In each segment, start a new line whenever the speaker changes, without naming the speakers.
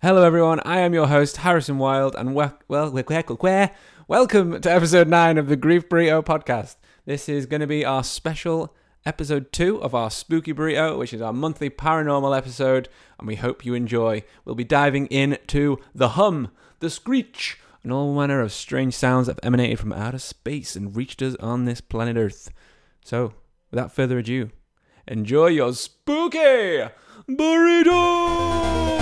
Hello, everyone. I am your host, Harrison Wilde, and we- well, we- we- we- welcome to episode nine of the Grief Burrito podcast. This is going to be our special episode two of our Spooky Burrito, which is our monthly paranormal episode, and we hope you enjoy. We'll be diving into the hum, the screech, and all manner of strange sounds that have emanated from outer space and reached us on this planet Earth. So, without further ado, enjoy your spooky burrito!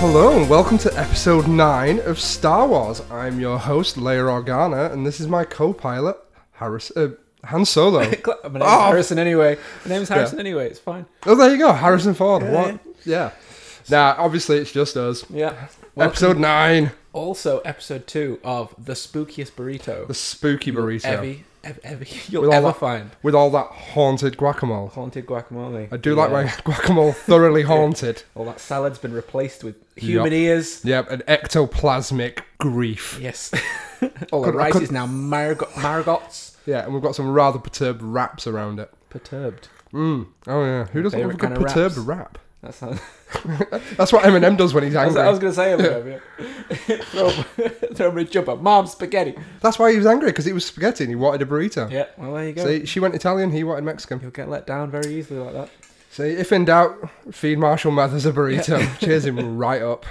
Hello and welcome to episode 9 of Star Wars. I'm your host, Leia Organa, and this is my co pilot, Harris. Uh, Han Solo.
Cla- My name's
Oh.
Harrison anyway. My name's Harrison anyway. It's fine.
oh, there you go, Harrison Ford. What? Yeah. Now, obviously, it's just us.
Yeah.
Episode 9
Also, episode two of the spookiest burrito
The Spooky Burrito.
every, ev- every you'll
With all
ever
that-
find.
With all that haunted guacamole.
Haunted guacamole.
I do like
Yeah.
my guacamole thoroughly haunted.
all that salad's been replaced with human
Yup.
ears.
Yep, an ectoplasmic grief.
Yes. all the
Could- I
rice
could-
is now marigot, marigots.
Yeah, and we've got some rather perturbed raps around it.
Perturbed.
Mm. Oh, yeah. Who doesn't love a
Favourite kind
good
of
perturbed
raps.
rap?
That sounds.
That's what Eminem does when he's
I
angry.
was, I was going to say about it. throw, throw me a jumper. Mom, spaghetti.
That's why he was angry because it was spaghetti and he wanted a burrito.
Yeah. Well, there you go.
See, she went Italian, he wanted Mexican.
You'll get let down very easily like that.
See, if in doubt, feed Marshall Mathers a burrito. Cheers him right up.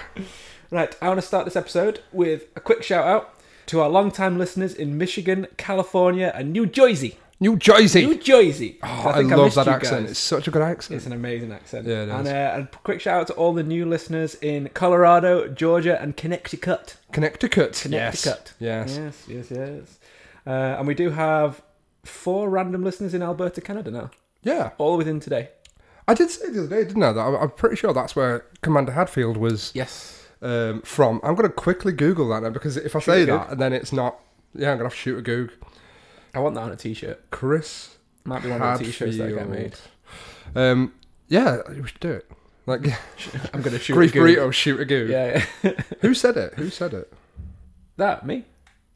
Right, I want to start this episode with a quick shout out to our longtime listeners in Michigan, California, and New Jersey.
New Jersey.
New Jersey.
Oh,
So
I,
think
love
missed
that
you
accent.
guys.
It's such a good accent.
It's an amazing accent.
Yeah, it is.
And uh, a quick shout out to all the new listeners in Colorado, Georgia, and Connecticut.
Connecticut.
Connecticut.
Yes. yes.
Yes, yes, yes. Uh, and we do have four random listeners in Alberta, Canada now,
Yeah.
all within today.
I did say the other day, didn't I? That I'm I'm pretty sure that's where Commander Hadfield was
Yes.
um, from. I'm going to quickly Google that now because if I say
a
that, then it's not. Yeah, I'm going to have to shoot a Goog.
I want that on a t shirt.
Chris
Might be one of the t shirts that I get made.
Hadfield. Um, yeah, we should do it. Like,
I'm going to shoot
Grief
a goon.
burrito, shoot a goo.
Yeah, yeah.
Who said it? Who said it?
that, me.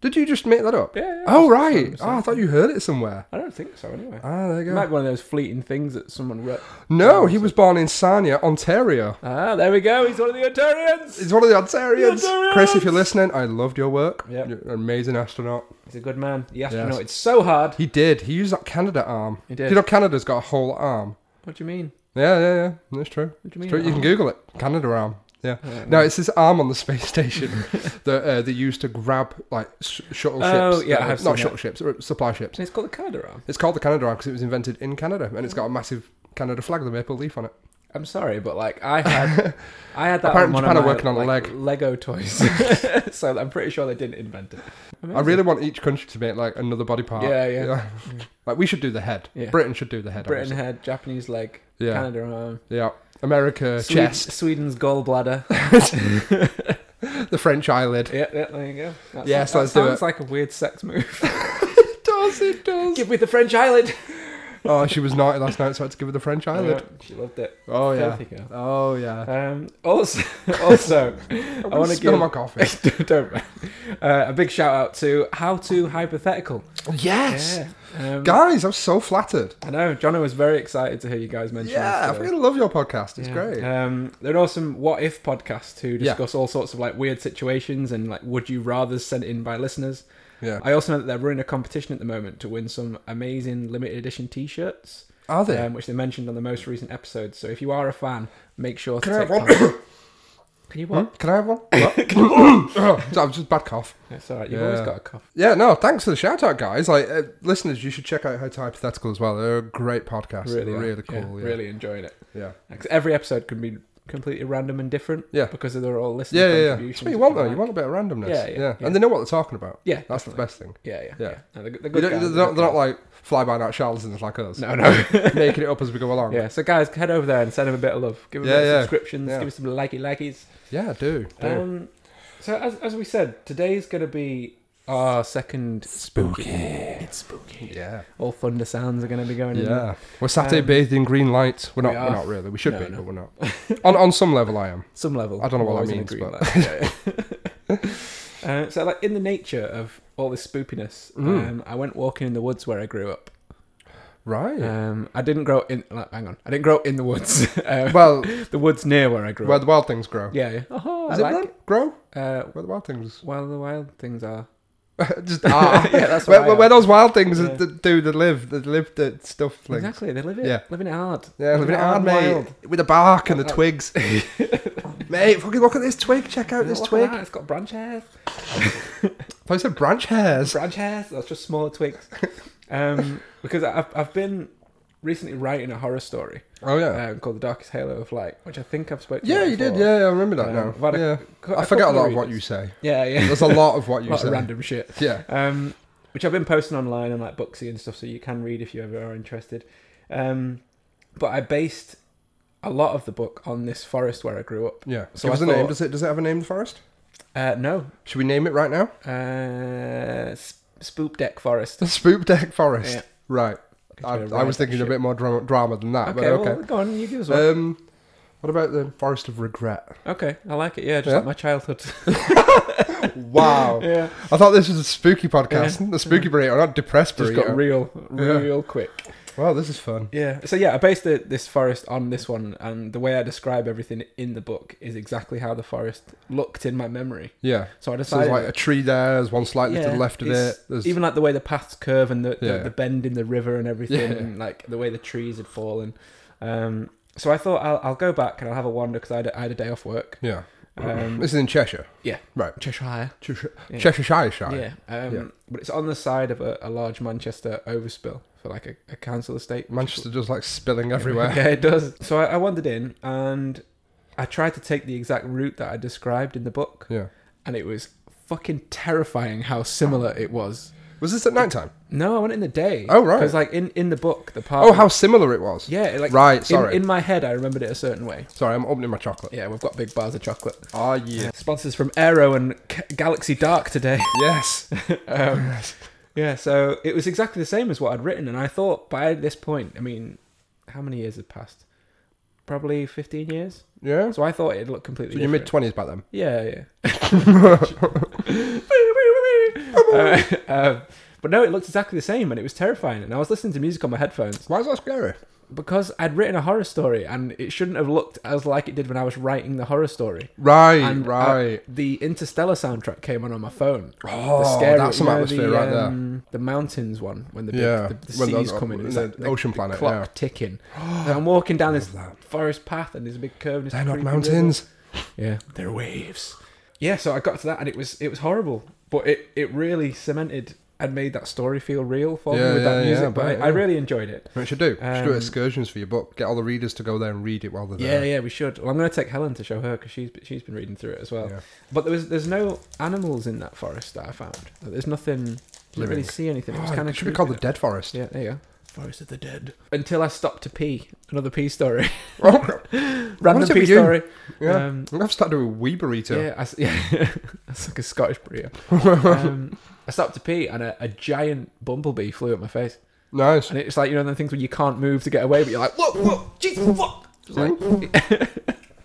Did you just make that up?
Yeah, yeah.
Oh right.
Sorry,
Oh, I thought you heard it somewhere.
I don't think so, anyway.
Ah, there you
It
go.
might be one of those fleeting things that someone wrote.
No, he was born in Sarnia, Ontario.
Ah, there we go. He's one of the Ontarians.
He's one of the Ontarians.
The Ontarians!
Chris, if you're listening, I loved your work.
Yep.
You're an amazing astronaut.
He's a good man. The astronaut.
Yes.
It's so hard.
He did. He used that Canada arm.
He did.
you know Canada's got a whole arm?
What do you mean?
Yeah, yeah, yeah. That's true.
What do
It's
you
true.
mean?
You can Google it. Canada arm. Yeah.
Oh,
No, it's this arm on the space station that uh, they used to grab like sh- shuttle
Oh,
ships.
yeah,
uh,
I have
not
seen
shuttle ships, or supply ships.
It's called the Canada arm.
It's called the Canada arm because it was invented in Canada, and it's got a massive Canada flag with a maple leaf on it.
I'm sorry, but like I had, I had that.
Apparently
on one
Japan
of
are
my,
working on a
like,
leg.
Lego toys. so I'm pretty sure they didn't invent it.
I really want each country to make like another body part.
Yeah, yeah.
Like we should do the head.
Yeah.
Britain should do the head.
Britain
obviously.
had Japanese leg,
Yeah.
Canada arm,
Yeah. America
Sweden-
chest.
Sweden's gallbladder.
The French eyelid.
yeah, yeah, there you go. That's,
Yes,
that
let's do
sounds
it.
like a weird sex move.
It does. It does.
Give me the French eyelid.
oh, she was naughty last night, so I had to give her the French eyelid.
Yeah, she loved it.
Oh yeah.
Filthy girl.
Oh yeah.
Um, also, also,
I
I want to
spill
give
my coffee.
don't uh, a big shout out to How to Hypothetical.
yes.
Yeah. Um,
Guys, I'm so flattered.
I know. Jono was very excited to hear you guys mention.
Yeah, I
this today.
freaking love your podcast. It's
Yeah.
great.
Um, they're an awesome what if podcast to
Yeah.
discuss all sorts of like weird situations and like would you rather sent in by listeners.
yeah.
I also know that they're running a competition at the moment to win some amazing limited edition T-shirts,
Are they?
um, which they mentioned on the most recent episode. So if you are a fan, make sure
Can I
to
have
take
one?
part. Can you
Hmm?
what?
Can I have one? oh, that was just bad cough.
It's all right. You've
Yeah.
always got a cough.
Yeah, no, thanks for the shout out, guys. Like, uh, listeners, you should check out How to Hypothetical as well. They're a great podcast. Really,
are.
really
Yeah,
cool. Yeah,
Really enjoying it.
yeah.
'Cause every episode can be completely random and different.
Yeah.
Because they're all listening.
Yeah, yeah, yeah.
contributions
That's what you want,
and
though. You want a bit of randomness.
Yeah,
Yeah,
yeah,
yeah.
yeah.
And they know what they're talking about.
Yeah,
That's the best thing.
Yeah, yeah,
Yeah.
yeah. No, they're, they're
You
good
don't,
guys,
they're,
they're
not,
good
they're not
guys.
like fly by night charlatans like us.
No, no.
Making it up as we go along.
yeah. So guys, head over there and send them a bit of love. Give them
Yeah,
a bit of
yeah.
subscriptions.
Yeah.
Give us some likey likies. Oh,
Yeah, do. do.
Um, so as as we said, today's going to be a Our second spooky. It's spooky.
Yeah.
All thunder sounds are going to be going in. there.
Yeah. We're sat here bathed in green lights. We're not,
Um, we
we
are.
are not really. We should
No,
be,
no.
but we're not. on, on some level, I am.
some level.
I don't know what
I'm
that
always in
means,
agreement. Yeah. uh, so, like in the nature of all this spoopiness,
Mm.
um, I went walking in the woods where I grew up.
Right.
Um, I didn't grow in. Like, hang on, I didn't grow up in the woods. um,
well,
the woods near where I grew
where
up.
the wild things grow.
yeah, yeah. Oh,
Is
I
it
like
then? Grow?
it. Uh,
Where the wild things.
well, the wild things are.
Just ah.
Yeah, that's where I
where, where,
am.
where those wild things
Yeah.
that do that live, that live that stuff things.
Exactly, they live it.
Yeah.
living it hard.
Yeah, living it hard, mate.
wild.
With the bark and the
Oh.
twigs. mate, fucking look at this twig. Check out
Look
this
at
twig.
that, It's got branch hairs.
I said branch hairs.
Branch hairs. That's just smaller twigs. um, because I've I've been recently writing a horror story.
Oh yeah.
um, called The Darkest Halo of Light, which I think I've spoken.
yeah,
about
you did.
before.
Yeah, yeah, I remember
Um,
that
I've
now.
had a-
yeah.
Cou-
I forget a
couple
lot
of
of what you
readers.
say.
Yeah, yeah.
There's a lot of what
a
you
lot
say.
of random shit.
Yeah.
Um, which I've been posting online on like Booksy and stuff, so you can read if you ever are interested. Um, but I based a lot of the book on this forest where I grew up.
Yeah.
So
So Give us
I
a
thought-
name. Does it does it have a name the forest?
Uh, no,
Should we name it right now?
uh, sp- Spoop Deck Forest.
The Spoop Deck Forest.
Yeah.
Right. I, I was thinking a bit more drama, drama than that,
Okay,
but okay.
well, go on, you give us one.
Um what about the Forest of Regret?
okay, I like it. Yeah, just
yeah. Oh.
like my childhood.
Wow.
yeah,
I thought this was a spooky podcast. The spooky burrito, not depressed
just
burrito.
got real,
Yeah.
real quick.
wow, this is fun.
Yeah. So yeah, I based the, this forest on this one, and the way I describe everything in the book is exactly how the forest looked in my memory.
Yeah.
So I
So there's
decided,
like a tree there, there's one slightly to
Yeah,
the left of
it's-
it. There's
even like the way the paths curve and the, the,
Yeah.
the bend in the river and everything,
Yeah.
and like the way the trees had fallen. Um, so I thought I'll, I'll go back and I'll have a wander because I, had a- I had a day off work.
Yeah.
Um,
This is in Cheshire.
yeah.
Right.
Cheshire.
Cheshire
Yeah.
Cheshire Shire Shire.
Yeah. Um,
Yeah.
But it's on the side of a, a large Manchester overspill for like a, a council estate.
Manchester just like spilling everywhere.
Yeah, it does. So I, I wandered in and I tried to take the exact route that I described in the book,
Yeah.
and it was fucking terrifying how similar it was.
Was this at night time?
No, I went in the day.
Oh, right.
Because like in in the book, the part.
Oh, how similar it was.
Uh, Yeah, like
Right,
in-
sorry.
In, my head, I remembered it a certain way.
Sorry, I'm opening my chocolate.
Yeah, we've got big bars of chocolate.
Ah, yeah.
Sponsors from Aero and K- Galaxy Dark today.
Yes.
um, yeah, so it was exactly the same as what I'd written, and I thought by this point, I mean, how many years had passed? Probably fifteen years.
Yeah. So
So I thought it'd look completely.
you're mid
different.
twenties back then.
Yeah, yeah. Uh, um, but no, it looked exactly the same, and it was terrifying. And I was listening to music on my headphones
Why is that scary?
because I'd written a horror story, and it shouldn't have looked as like it did when I was writing the horror story.
Right,
And uh,
right.
the Interstellar soundtrack came on on my phone.
oh,
the scary,
that's some
you know,
atmosphere
the,
right there.
um, The mountains one when the big,
Yeah,
the, the
when the-
seas coming,
when
it's
the
like
ocean planet,
clock
yeah.
ticking. and I'm walking down this
that.
forest path, and there's a big curve. And it's
They're not
creepy
mountains.
yeah, they're waves. Yeah, so I got to that and it was it was horrible, but it it really cemented and made that story feel real for
Yeah,
me with that
yeah,
music.
yeah, I
but I,
bet,
I
yeah.
really enjoyed it.
What should do? should do
Um,
excursions for your book. Get all the readers to go there and read it while they're
Yeah,
there.
yeah, we should. Well, I'm going to take Helen to show her because she's she's been reading through it as well. But there was there's no animals in that forest that I found. There's nothing. Didn't really
Living.
see anything. It was
Oh,
kind
it
of
should be called the Dead Forest.
Yeah, there you go. Forest of the Dead. Until I stopped to pee. Another pee story.
Oh,
Random
is it
pee
with you?
story.
yeah.
Um,
I'm gonna have to start doing wee burrito.
Yeah, I s yeah. that's like a Scottish burrito. um, I stopped to pee and a, a giant bumblebee flew at my face.
Nice.
And it's like, you know, the things where you can't move to get away, but you're like, whoa, whoa, Jesus, fuck. It's like,
Hmm?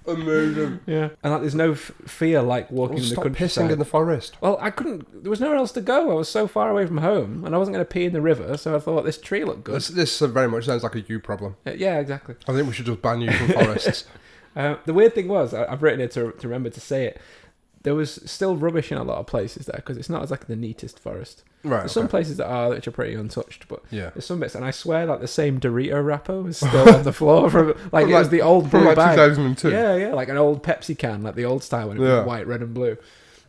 Amazing.
yeah. And like, there's no f- fear like walking in the
Well, Oh, stop
countryside.
pissing in the forest.
well, I couldn't, there was nowhere else to go. I was so far away from home and I wasn't going to pee in the river, so I thought this tree looked good.
This, this uh, very much sounds like a you problem.
Uh, yeah, exactly.
I think we should just ban you from forests.
Uh, the weird thing was, I, I've written it to, to remember to say it. There was still rubbish in a lot of places there because it's not exactly the neatest forest.
right.
There's some
okay.
places that are which are pretty untouched, but
Yeah.
There's some bits, and I swear, like the same Dorito wrapper was still on the floor from like
From,
it was
like-
the old
From
blue
like
bag.
2002.
Yeah, yeah, like an old Pepsi can, like the old style when it
Yeah.
was white, red, and blue.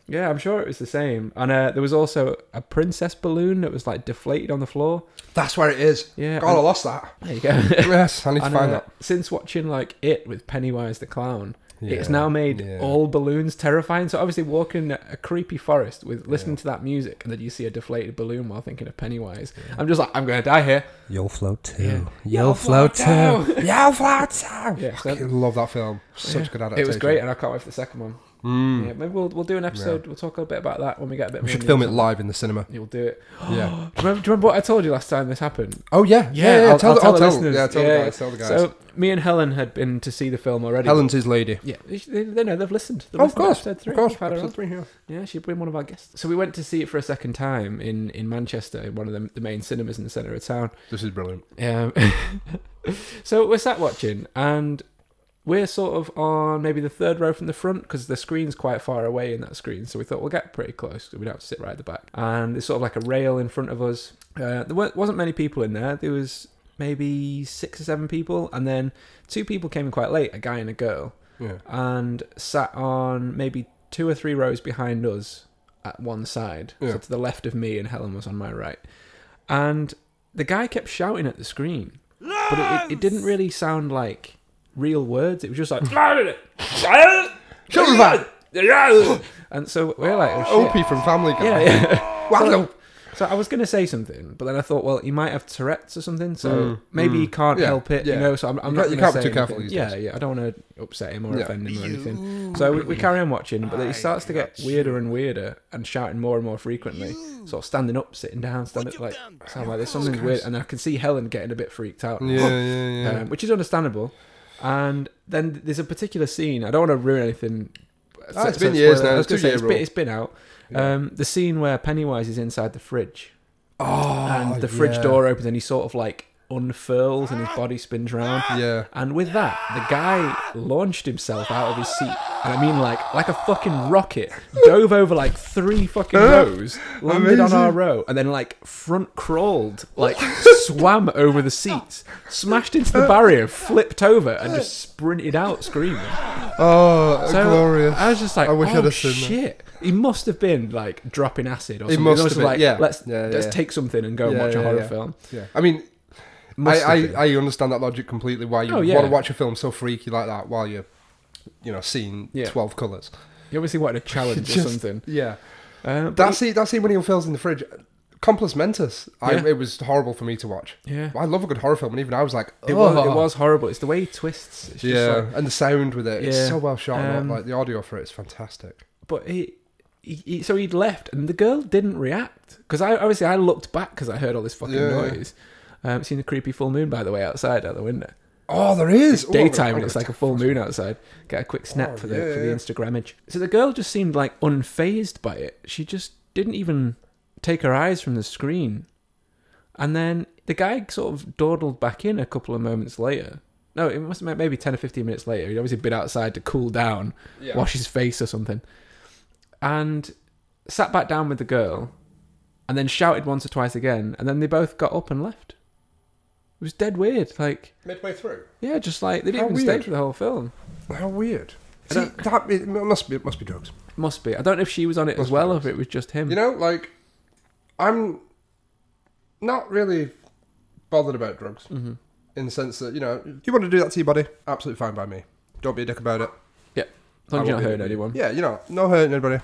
Yeah, I'm sure it was the same. And uh, there was also a princess balloon that was like deflated on the floor.
That's where it is.
Yeah,
God, I lost that.
and- there you go.
yes, I need to
And,
find
uh,
that.
since watching like it with Pennywise the clown, it's
Yeah,
now made
yeah.
all balloons terrifying. So obviously, walking a creepy forest with listening to that music, and then you see a deflated balloon while thinking of Pennywise. I'm just like, I'm gonna die here.
You'll float too.
Yeah.
You'll
float float
You'll float too.
Yeah, so-
Fucking love that film.
Yeah.
Such good Mm.
It
adaptation.
was great, and I can't wait for the second one. Yeah, maybe we'll, we'll do an episode. We'll talk a bit about that when we get a bit.
Hmm. We
more
should
news
film it
on
live in the cinema.
You'll do it.
Yeah.
Do you, remember, do you remember what I told you last time this happened?
Oh yeah, yeah. yeah,
I'll-
tell,
I'll
the, I'll tell,
listeners.
yeah, tell
Yeah.
the guys. Tell the guys.
So me and Helen had been to see the film already.
Helen's his lady.
Yeah, they, they know they've listened. They've
Oh, of
listened to episode three.
course, of course.
We've had her on.
Episode three, yeah.
Yeah, she'd been one of our guests. So we went to see it for a second time in, in Manchester, in one of the, the main cinemas in the centre of town.
This is brilliant.
Um, so we're sat watching, and we're sort of on maybe the third row from the front because the screen's quite far away in that screen. So we thought we'll get pretty close. We don't have to sit right at the back. And there's sort of like a rail in front of us. Uh, there wa- wasn't many people in there. There was maybe six or seven people, and then two people came in quite late, a guy and a girl
Yeah.
and sat on maybe two or three rows behind us at one side.
Yeah.
So to the left of me, and Helen was on my right. And the guy kept shouting at the screen, but it, it, it didn't really sound like real words. It was just like.
Shut up,
and so we're like, oh, shit.
Opie from Family Guy.
Yeah, yeah.
Wow.
So I was going to say something, but then I thought, well, he might have Tourette's or something, so maybe he can't
Mm, Yeah,
help it,
yeah.
you know. So I'm, I'm
You
not.
can't- you
gonna
can't be
say
too careful
anything.
these
Yeah,
days.
yeah. I don't want to upset him or
Yeah.
offend him or anything. So we, we carry on watching, but he starts to get weirder and weirder and shouting more and more frequently. Sort of standing up, sitting down, standing like sound like there's something weird, and I can see Helen getting a bit freaked out
Yeah, yeah, yeah.
um, which is understandable. And then there's a particular scene. I don't want to ruin anything.
Ah, it's been years
spoiler-
now,
I was
it's
gonna
two
say,
year
it's been,
rule.
it's been out. Um, the scene where Pennywise is inside the fridge
oh,
and the fridge
yeah.
door opens and he sort of like unfurls and his body spins round.
Yeah.
And with that, the guy launched himself out of his seat. And I mean, like, like a fucking rocket, dove over like three fucking rows, landed on our row, and then like front crawled, like swam over the seats, smashed into the barrier, flipped over, and just sprinted out screaming.
Oh,
So
glorious.
I was just like,
I wish
oh,
I'd have seen that."
shit. He must have been like dropping acid or something.
must have
been,
been,
like,
yeah.
let's
Yeah,
let's
yeah.
take something and go and
Yeah,
watch a
yeah,
horror
yeah.
film.
Yeah. I mean,
Must have
I,
been.
I, I understand that logic completely. Why you
Oh, yeah.
want to watch a film so freaky like that while you're, you know, seeing
Yeah.
twelve colors.
You obviously wanted a challenge or
Just- um,
something.
Yeah.
Uh, but
That scene, that scene when he unfurls in the fridge, complex mentis. I,
Yeah.
it was horrible for me to watch.
Yeah.
I love a good horror film, and even I was like,
It
oh.
was, it was horrible. It's the way he twists. It's just
yeah,
like,
and the sound with it,
Yeah.
it's so well shot. and all-
Um,
like the audio for it is fantastic.
but he, he, he- so he'd left, and the girl didn't react because I obviously I looked back because I heard all this fucking
Yeah, yeah.
noise. Um, seen the creepy full moon by the way outside out the window.
Oh, there is Oh, I'm
Daytime
gonna-
and it's
I'm
like a full moon outside. Get a quick snap
Oh,
for the
yeah,
for the
yeah.
Instagram image. So the girl just seemed like unfazed by it. She just didn't even take her eyes from the screen. And then the guy sort of dawdled back in a couple of moments later. No, it must have been maybe ten or fifteen minutes later. He'd obviously been outside to cool down
gonna- yeah.
wash his face or something, and sat back down with the girl, and then shouted once or twice again, and then they both got up and left. It was dead weird. Like,
midway through.
yeah, just like they didn't
How
even stay
weird.
for the whole film.
How weird.
I
See,
don't- Hmm.
that it must be it must be drugs.
Must be. I don't know if she was on it as
Must be
well, or if
drugs.
it was just him.
You know, like I'm not really bothered about drugs
Mm-hmm.
in the sense that you know you want to do that to your body, absolutely fine by me. Don't be a dick about it.
yeah, as long as you're
I
not
won't be
hurting
doing it.
anyone.
Yeah, you know, no hurting anybody.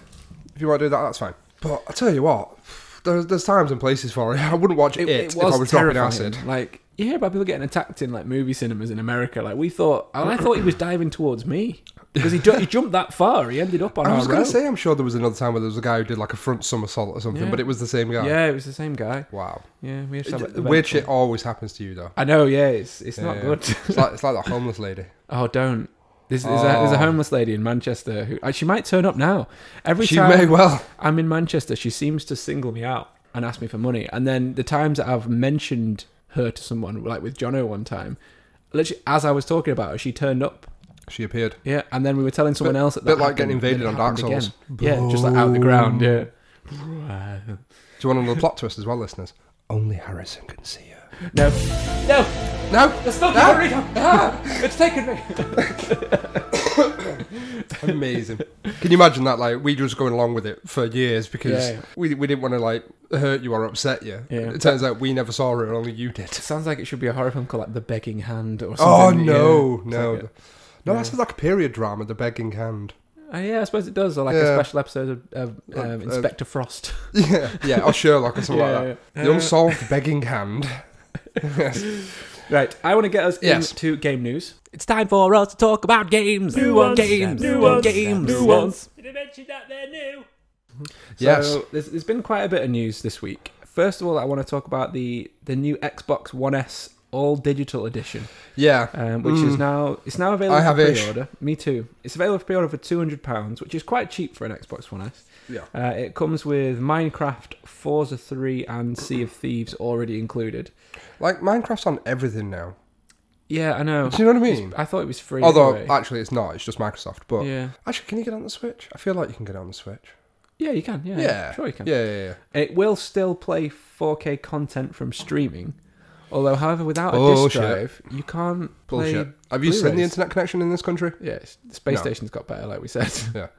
If you want to do that, that's fine. But I tell you what, there's, there's times and places for it. I wouldn't watch it, if I was dropping acid.
Like you hear about people getting attacked in like movie cinemas in America. Like we thought, and I thought he was diving towards me because he, ju- he jumped that far. He ended up on
I
our
was going
row.
to say, I'm sure there was another time where there was a guy who did like a front somersault or something,
Yeah.
but it was the same guy.
yeah, it was the same guy.
Wow.
Yeah, we have to have
It-
an
weird
eventful-
shit always happens to you though.
I know, yeah, it's it's not
Yeah.
good.
it's, like, it's like that homeless lady.
oh, don't. There's, there's, a, there's a
Oh.
homeless lady in Manchester who uh, she might turn up now. Every
She
time
may well.
I'm in Manchester, she seems to single me out and ask me for money. And then the times that I've mentioned her to someone, like with Jono one time, literally as I was talking about her, she turned up.
She appeared.
Yeah, and then we were telling someone else that
bit
that
like getting
happened, then
invaded
it
on Dark
happened
Souls.
again. Yeah, just like out of the ground. Yeah.
Do you want another plot twist as well, listeners? Only Harrison can see her.
No, no,
No,
it's not the burrito. It's taken me.
amazing. Can you imagine that? Like we just going along with it for years because
Yeah.
we we didn't want to like hurt you or upset you.
Yeah.
It turns out we never saw her, and only you did.
Sounds like it should be a horror film called like The Begging Hand or
Oh
something.
no,
Yeah.
no,
It's like
no! That sounds like a period drama, The Begging Hand.
a- uh, yeah, I suppose it does. Or like a
Yeah.
special episode of, of um,
Of-
Inspector Frost.
Yeah, yeah, or Sherlock or something
Yeah, Uh,
like that.
yeah.
The
Uh,
unsolved Begging Hand. Yes.
Right, I want to get us
Yes.
into game news. It's time for us to talk about games. New ones, games, new ones, games, new ones.
Did I mention that they're new?
Yes.
So there's, there's been quite a bit of news this week. First of all, I want to talk about the the new Xbox One S All Digital Edition,
Yeah. Mm.
um, which is now it's now available
I have
for
ish.
pre-order. Me too. It's available for pre-order for two hundred pounds, which is quite cheap for an Xbox One S.
Yeah.
Uh, it comes with Minecraft, Forza 3, and Sea of Thieves already included.
Like Minecraft's on everything now.
Yeah, I know.
Do you know what I mean?
I thought it was free.
Although
anyway.
actually it's not. It's just Microsoft. But
yeah,
actually, can you get it on the Switch? I feel like you can get it on the Switch.
yeah, you can. Yeah,
Yeah.
sure you can.
Yeah, yeah, yeah.
It will still play 4K content from streaming, although, however, without a
Oh,
disk
shit.
drive, you can't play.
Bullshit. Have you seen the
Blu-rays.
internet connection in this country?
Yeah, it's- the space
No.
station's got better, like we said.
Yeah.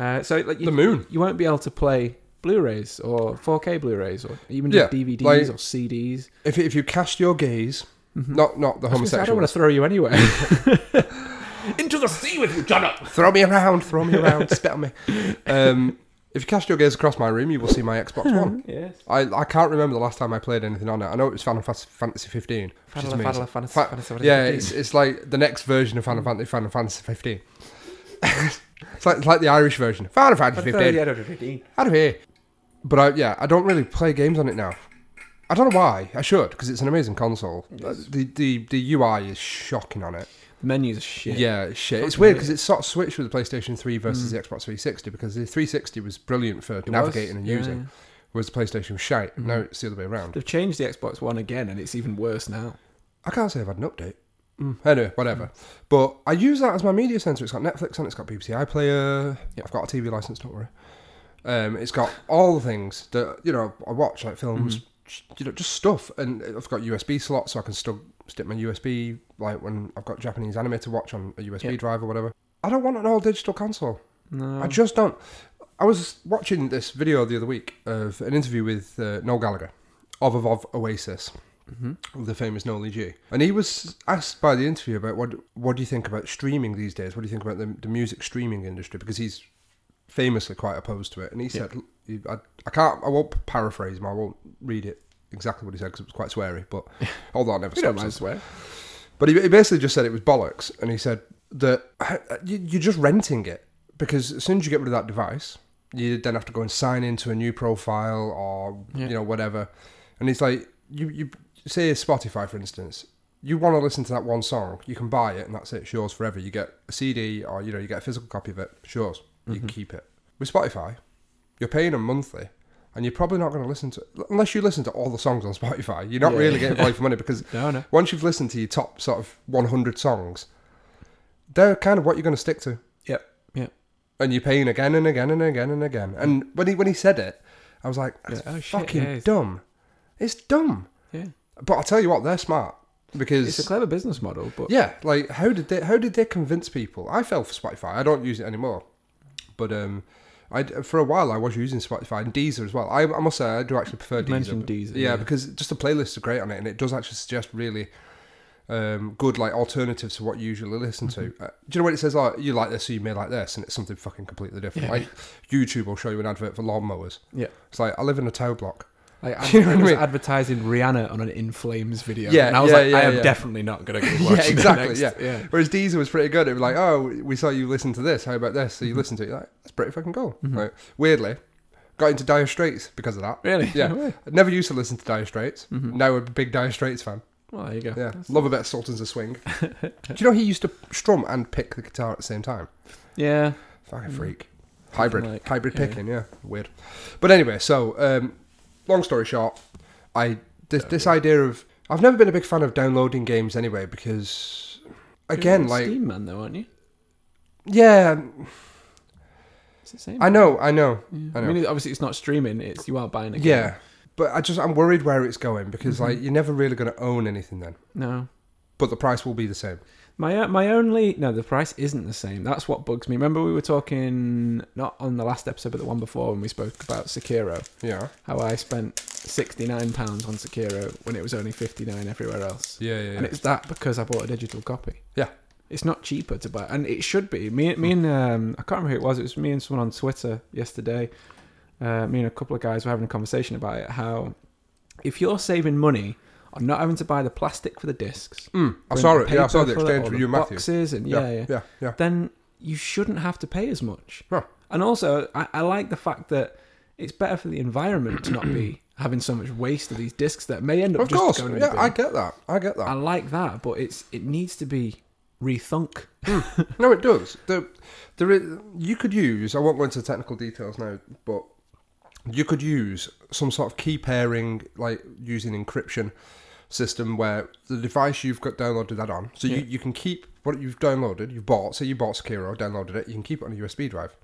Uh, so, like,
The
you,
moon.
you won't be able to play Blu-rays or 4K Blu-rays or even
Yeah,
just DVDs
like-
or CDs.
If if you cast your gaze, not not the
Mm-hmm. I, was gonna say, I don't
homosexual.
want to throw you anyway.
Into the sea with you, Jono.
Throw me around, throw me around, spit on me. Um, if you cast your gaze across my room, you will see my Xbox
Hmm.
One.
yes.
I, I can't remember the last time I played anything on it. I know it was Final Fantasy, Fantasy 15. Which is
Final
amazing.
Fantasy, Fantasy,
Fa-
Fantasy, Fantasy
yeah,
15.
it's, it's like the next version of Final Fantasy, Final Fantasy 15. it's, like, it's like the Irish version. Final Fantasy
uh,
15. Out of here. But I, yeah, I don't really play games on it now. I don't know why. I should because it's an amazing console. Uh, The, the the UI is shocking on it.
The menus are shit.
Yeah, it's shit. It's
Fucking
weird
hate
because it's sort of switched with the PlayStation 3 versus the Xbox 360 because the 360 was brilliant for
Mm. It
navigating
was,
and
yeah,
using,
yeah. Mm-hmm.
whereas the PlayStation was shite. Now it's the other way around.
They've changed the Xbox One again, and it's even worse now.
I can't say I've had an update. Mm. Anyway, whatever. But I use that as my media center. It's got Netflix on. it, It's got BBC iPlayer.
Yeah.
I've got a TV license. Don't worry. Um, it's got all the things that you know I watch, like
Mm-hmm.
films, you know, just stuff. And I've got USB slots, so I can still stick my USB. Like when I've got Japanese anime to watch on a USB
Yeah.
drive or whatever. I don't want an all digital console.
No.
I just don't. I was watching this video the other week of an interview with uh, Noel Gallagher of of, of Oasis,
Mm-hmm.
the famous Noel E. G. And he was asked by the interview about what what do you think about streaming these days? What do you think about the, the music streaming industry? Because he's famously quite opposed to it, and he said, he- I, "I can't. I won't paraphrase him. I won't read it." Exactly what he said because it was quite sweary, but although I never
you don't
stops
mind
us.
swear.
But he, he basically just said it was bollocks, and he said that you, you're just renting it because as soon as you get rid of that device, you then have to go and sign into a new profile or
Yeah.
you know whatever. And it's like you you say Spotify for instance, you want to listen to that one song, you can buy it and that's it, it's yours forever. You get a CD or you know you get a physical copy of it, it's yours. You can keep it. With Spotify, you're paying them monthly. And you're probably not going to listen to unless you listen to all the songs on Spotify. You're not
Yeah.
really getting value for money because
No, no.
once you've listened to your top sort of 100 songs, they're kind of what you're going to stick to.
Yep. Yep.
And you're paying again and again and again and again. And when he when he said it, I was like, that's
Yeah, oh shit,
fucking
yeah, it's-
dumb. It's dumb.
Yeah.
But I'll tell you what, they're smart
It's a
because
clever business model, but
yeah, like how did they how did they convince people? I fell for Spotify. I don't use it anymore, but um. I, for a while, I was using Spotify and Deezer as well. I, I must say, I do actually prefer Deezer.
mentioned Deezer,
yeah,
yeah.
because just the playlists are great on it, and it does actually suggest really um, good like alternatives to what you usually listen
Mm-hmm.
to. Uh, do you know when it says like you like this, so you may like this, and it's something fucking completely different?
Yeah.
Like YouTube will show you an advert for lawnmowers.
yeah.
It's like I live in a tow block.
Like I,
You know what I
it was
mean?
advertising Rihanna on an In Flames video.
Yeah,
and I was
yeah,
like, I
yeah,
am
yeah.
definitely not gonna go
Yeah,
watch the
exactly,
next-
yeah.
yeah.
Whereas Deezer was pretty good. It was like, oh, we saw you listen to this. How about this? So you listen to it. You're like, that's pretty fucking cool. Like, weirdly, got into Dire Straits because of that.
Really?
Yeah.
No way.
I never used to listen to Dire Straits. Now I'm a big Dire Straits fan.
Well, there you go.
Mm-hmm. Yeah. Love a bit of Sultans of Swing. Do you know he used to strum and pick the guitar at the same time?
Yeah.
Mm-hmm. Fucking freak. Hybrid.
like-
Hybrid
yeah.
picking, yeah. Weird. But anyway, so um, long story short, I this, this idea of I've never been a big fan of downloading games anyway because again
You're a
like
Steam man though, aren't you?
yeah,
It's the same.
I know, I know, I
I
know.
mean, obviously, it's not streaming. It's you are buying a game.
yeah, but I just I'm worried where it's going because
Mm-hmm.
like you're never really going to own anything then,
No.
but the price will be the same.
My uh, my only no, the price isn't the same. That's what bugs me. Remember we were talking not on the last episode, but the one before when we spoke about Sekiro.
Yeah,
How I spent sixty nine pounds on Sekiro when it was only fifty nine everywhere else.
yeah, yeah,
And it's that because I bought a digital copy.
Yeah.
It's not cheaper to buy, and it should be. Me, me and um, I can't remember who it was. It was me and someone on Twitter yesterday. Uh, me and a couple of guys were having a conversation about it. How if you're saving money on not having to buy the plastic for the discs.
Mm, I
Bring
saw
the
it. Yeah, I saw
paper
the
for it,
exchange
or
with
the
you, Matthew.
Boxes and yeah, yeah,
yeah, yeah.
Then you shouldn't have to pay as much.
Well,
And also, I, I like the fact that it's better for the environment to not be having so much waste of these discs that may end up
of
just
course.
going. in
Yeah,
the
I
bin.
get that. I get that.
I like that, but it's it needs to be rethunk.
no, it does. There, there is, you could use. I won't go into technical details now, but you could use some sort of key pairing, like using encryption system, where the device you've got downloaded that on, so
Yeah.
you, you can keep what you've downloaded. You bought, say you bought Sekiro, downloaded it. You can keep it on a USB drive,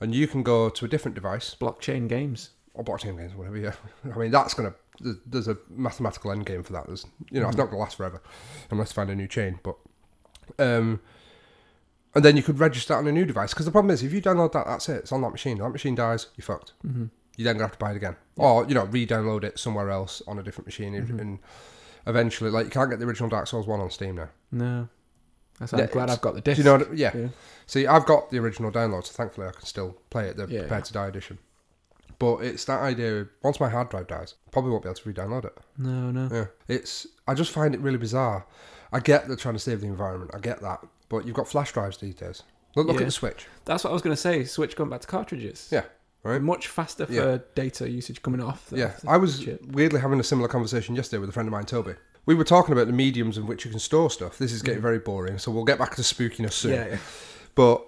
and you can go to a different device
Blockchain games.
or blockchain games, whatever. Yeah, I mean that's gonna. th- There's a mathematical end game for that. There's you know it's not gonna last forever unless you find a new chain. But um, and then you could register on a new device because the problem is if you download that, that's it. It's on that machine. That machine dies, you're fucked. Mm-hmm. You then gonna have to buy it again, or you know re-download it somewhere else on a different machine, if- and eventually like you can't get the original Dark Souls one on Steam now.
No, that's
Yeah,
I'm glad
it's-
I've got the
Do
disc.
you know? What, I- yeah.
Yeah.
See, I've got the original download, so thankfully I can still play it, the
Yeah,
Prepared to Die edition. But it's that idea. Once my hard drive dies, I probably won't be able to re-download it.
No, no.
Yeah, it's. I just find it really bizarre. I get they're trying to save the environment. I get that, but you've got flash drives these days. Look, look
Yeah.
at the Switch.
That's what I was going to say. Switch going back to cartridges.
Yeah, right.
Much faster for
Yeah.
data usage coming off. than
Yeah,
off the
I was
chip.
weirdly having a similar conversation yesterday with a friend of mine, Toby. We were talking about the mediums in which you can store stuff. This is getting very boring, so we'll get back to spookiness soon.
Mm. Yeah, yeah.
but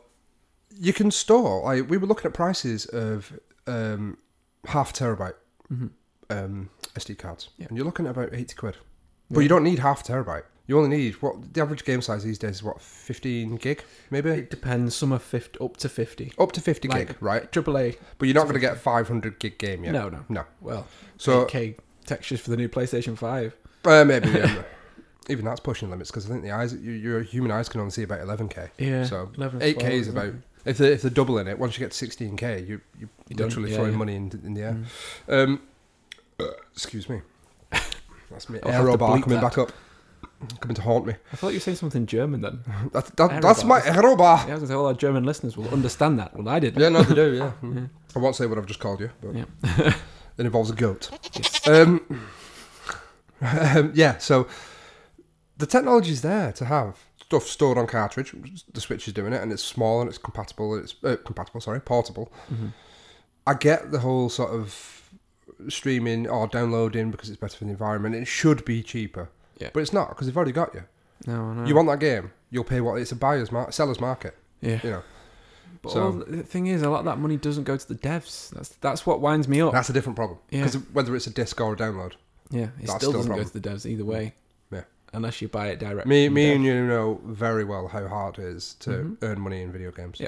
you can store like we were looking at prices of um half terabyte um sd cards
Mm-hmm. Yeah.
and you're looking at about 80 quid but you don't need half terabyte you only need what the average game size these days is what 15 gig maybe
It depends. Some are 50, up to 50.
up to 50 gig
Like-
right
AAA,
but you're not going to get a 500 gig game yet
No, no.
no
well,
so
8K textures for the new PlayStation 5.
uh, maybe yeah. even that's pushing limits because i think the eyes your, your human eyes can only see about 11k
Yeah,
so
11,
8k
12,
is about if they're, if they're doubling it once you get to 16k you, you
You don't-
literally
yeah,
throwing
yeah. Mm.
money in, in the air um, uh, excuse me that's me
I'll have to
aero bar
bleep
coming
that.
back up coming to haunt me
I thought you were saying something German then. yeah,
that's, that,
Aero
that's
bar.
my aero
I
bar
was going to say all our German listeners will understand that. Well, I didn't.
yeah no they do yeah. i won't say what i've just called you but
Yeah.
it involves a goat um, um, yeah so the technology's there to have stuff stored on cartridge the switch is doing it and it's small and it's compatible and it's uh, compatible sorry portable
Mm-hmm.
i get the whole sort of streaming or downloading because it's better for the environment it should be cheaper
Yeah. Mm.
but it's not because they've already got you
No, no.
you want that game you'll pay what it's a buyer's market seller's market
yeah.
you know
But
so-
all the thing is, a lot of that money doesn't go to the devs. That's that's what winds me up.
that's a different problem
Yeah.
because whether it's a disc or a download
yeah, it
that's
still,
still a
doesn't go
problem.
to the devs either way.
Yeah.
Unless you buy it directly.
Me,
from
me,
the
and you know very well how hard it is to earn money in video games.
Mm-hmm.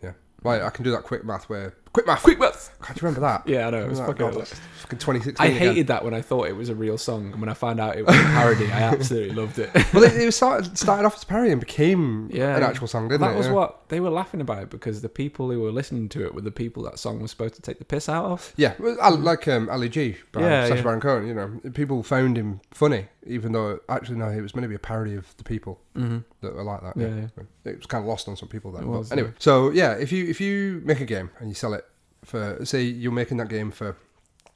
Yeah.
yeah. Like I can do that quick math where quick math.
dev. Quick maths!
God, do you remember that?
Yeah, I know. It was
Remember
fucking
that? God,
hilarious.
that's fucking twenty six.
I hated that when I thought it was a real song. and When I found out it was a parody, I absolutely loved it.
Well, it, it was started, started off as a parody and became
Yeah.
an actual song, didn't
that
it?
was
Yeah.
what they were laughing about because the people who were listening to it were the people that song was supposed to take the piss out of.
Yeah, well, I- like um, Ali G by
Mm-hmm. Yeah,
Sacha
yeah.
Baron Cohen. You know, people found him funny, even though actually no, it was meant to be a parody of the people
Mm-hmm.
that were like that. Yeah.
Yeah,
it was kind of lost on some people then.
It
but
was,
anyway,
yeah.
so yeah, if you if you make a game and you sell it for say you're making that game for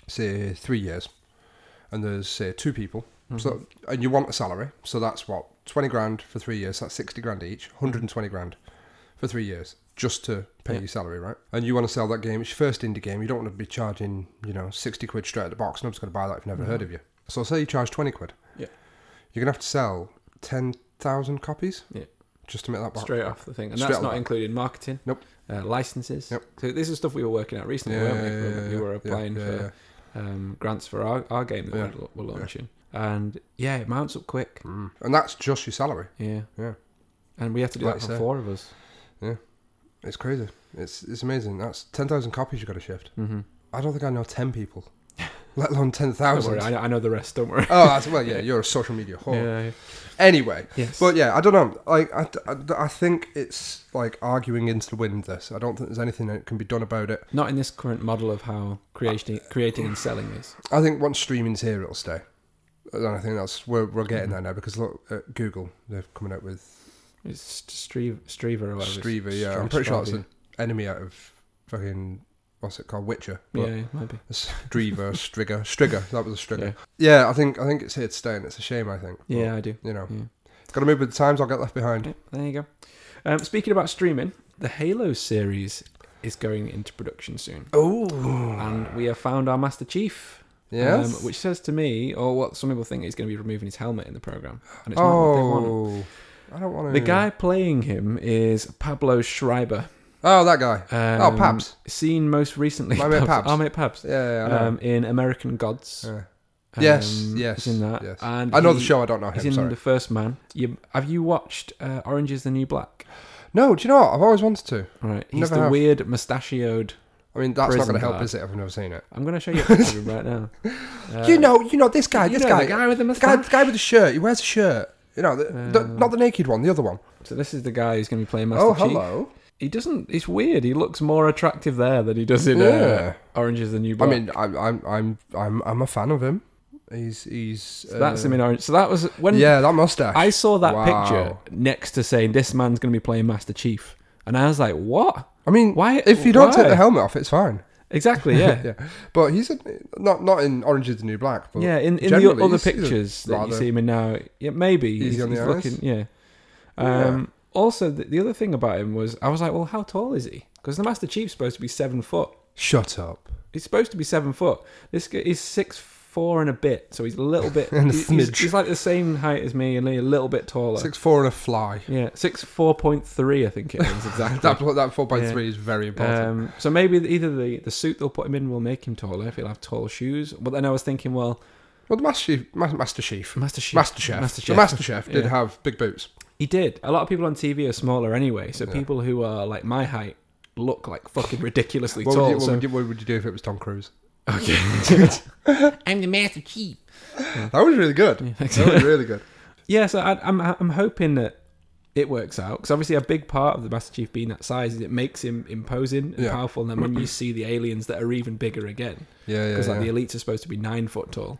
say three years, and there's say two people, so
Mm-hmm.
and you want a salary, so that's what twenty grand for three years. That's sixty grand each, hundred and twenty grand for three years just to pay
Yeah.
your salary, right? And you want to sell that game. It's your first indie game. You don't want to be charging, you know, 60 quid straight at the box. Nobody's going to buy that if you've never heard of you. So say you charge 20 quid.
Mm-hmm. Yeah.
You're going to have to sell 10,000 copies
Yeah.
just to make that box.
Straight off the thing. And
Straight
that's
off
not
the-
including marketing.
Nope.
Uh, licenses.
Yep.
So this is stuff we were working out recently,
Yeah,
weren't we?
yeah,
we?
yeah,
we were
yeah,
applying
yeah,
for Um, grants for our, our game that
Yeah.
we're, we're launching. And yeah, it mounts up quick.
Mm. And that's just your salary.
Yeah.
Yeah.
And we have to do
Like
that
you
for
say.
four of us.
It's crazy. It's it's amazing. That's 10,000 copies you've got to shift.
Mm-hmm.
I don't think I know 10 people, let alone
Don't worry,
10,000.
I, I know the rest. Don't worry.
Oh, that's, well, yeah, you're a social media whore.
Yeah, yeah.
Anyway,
Yes.
But yeah, I don't know. Like, I, I, I think it's like arguing into the wind. This, I don't think there's anything that can be done about it.
Not in this current model of how creating creating and selling is.
I think once streaming's here, it'll stay. And I think that's we're we're
Mm-hmm.
getting there now because look at Google, they're coming out with
It's Streve, Strever or whatever. it's-
Streaver. Yeah, I'm
Streve-
pretty sure that's
Streve.
an enemy out of fucking what's it called, Witcher.
Yeah,
but
yeah, maybe.
Strever, Strigger, Strigger. That was a Strigger.
Yeah.
Yeah. I think I think it's here to stay, and it's a shame. I think. But,
Yeah, I do.
you know,
Yeah.
got to move with the times. I'll get left behind.
Yeah, there you go. Um, speaking about streaming, the Halo series is going into production soon,
Oh,
and we have found our Master Chief. um,
yes.
which says to me, or what some people think, he's going to be removing his helmet in the program, and it's not what they want.
oh, I don't want to.
The guy playing him is Pablo Schreiber.
Oh, that guy.
Um,
oh, Pabs.
Seen most recently.
My mate Pabs.
Our mate Pabs.
Yeah, yeah, I know.
Um, in American Gods.
Yeah. yes,
Um,
yes.
He's in that.
Yes.
And
I know the
he-
show. I don't know
He's
him.
in
Sorry.
The First Man. You, have you watched uh, Orange is the New Black?
No, do you know what? I've always wanted to.
Right. He's
Never
the
have.
weird mustachioed.
I mean, that's not
Prison
going to help,
guard.
is it? I've never seen it.
I'm going to show you a picture of him right now. Uh,
you know, you know this guy.
you
Ah, This
know
guy.
The guy with the
The guy,
mustache.
the guy with the shirt. He wears a shirt. You know, the, the,
Um,
not the naked one, the other one.
So this is the guy who's going to be playing Master
Oh,
Chief.
hello.
He doesn't. It's weird. He looks more attractive there than he does in
Yeah.
uh, Orange is the New
I
Black.
mean, I'm, I'm, I'm, I'm, I'm a fan of him. He's, he's.
So that's
uh,
him in Orange. So that was when
Yeah, that mustache.
I saw that
Wow.
picture next to saying this man's going to be playing Master Chief, and I was like, "What?
I mean,
Why-
If you don't take
why?
the helmet off, it's fine.
Exactly? Yeah, yeah.
Yeah, but he's a, not not in Orange is the New Black.
in,
But
in the
generally,
other
he's- he's a
pictures that you
rather-
see him in now, yeah, maybe
Easy
he's,
on the
he's
eyes.
looking. Yeah. Um, Also, the, the other thing about him was I was like, "Well, how tall is he? Because the Master Chief's supposed to be seven foot.
Shut up.
He's supposed to be seven foot. This guy is six four and a bit, so he's a little bit.
And a
he- he's,
smidge.
he's like the same height as me, and a little bit taller.
Six four and a fly.
yeah, six four point three, I think it is exactly.
That that four by three is very important.
Um, so maybe either the, the suit they'll put him in will make him taller if he'll have tall shoes. But then I was thinking, well,
well, the Master Chief, Ma- Master Chief,
Master Chief,
Master Chef,
Master
the
Chef,
Master Chef did
Yeah.
have big boots.
he did. A lot of people on TV are smaller anyway, so
Yeah.
people who are like my height look like fucking ridiculously
What
tall.
would, you, what,
so
would you, what would you do if it was Tom Cruise?
I'm the Master Chief.
That was really good. that was really good.
yeah, so I, I'm I'm hoping that it works out because obviously a big part of the Master Chief being that size is it makes him imposing and
Yeah.
powerful. And then when you see the aliens that are even bigger again,
Yeah, yeah.
because like
yeah.
the elites are supposed to be nine foot tall.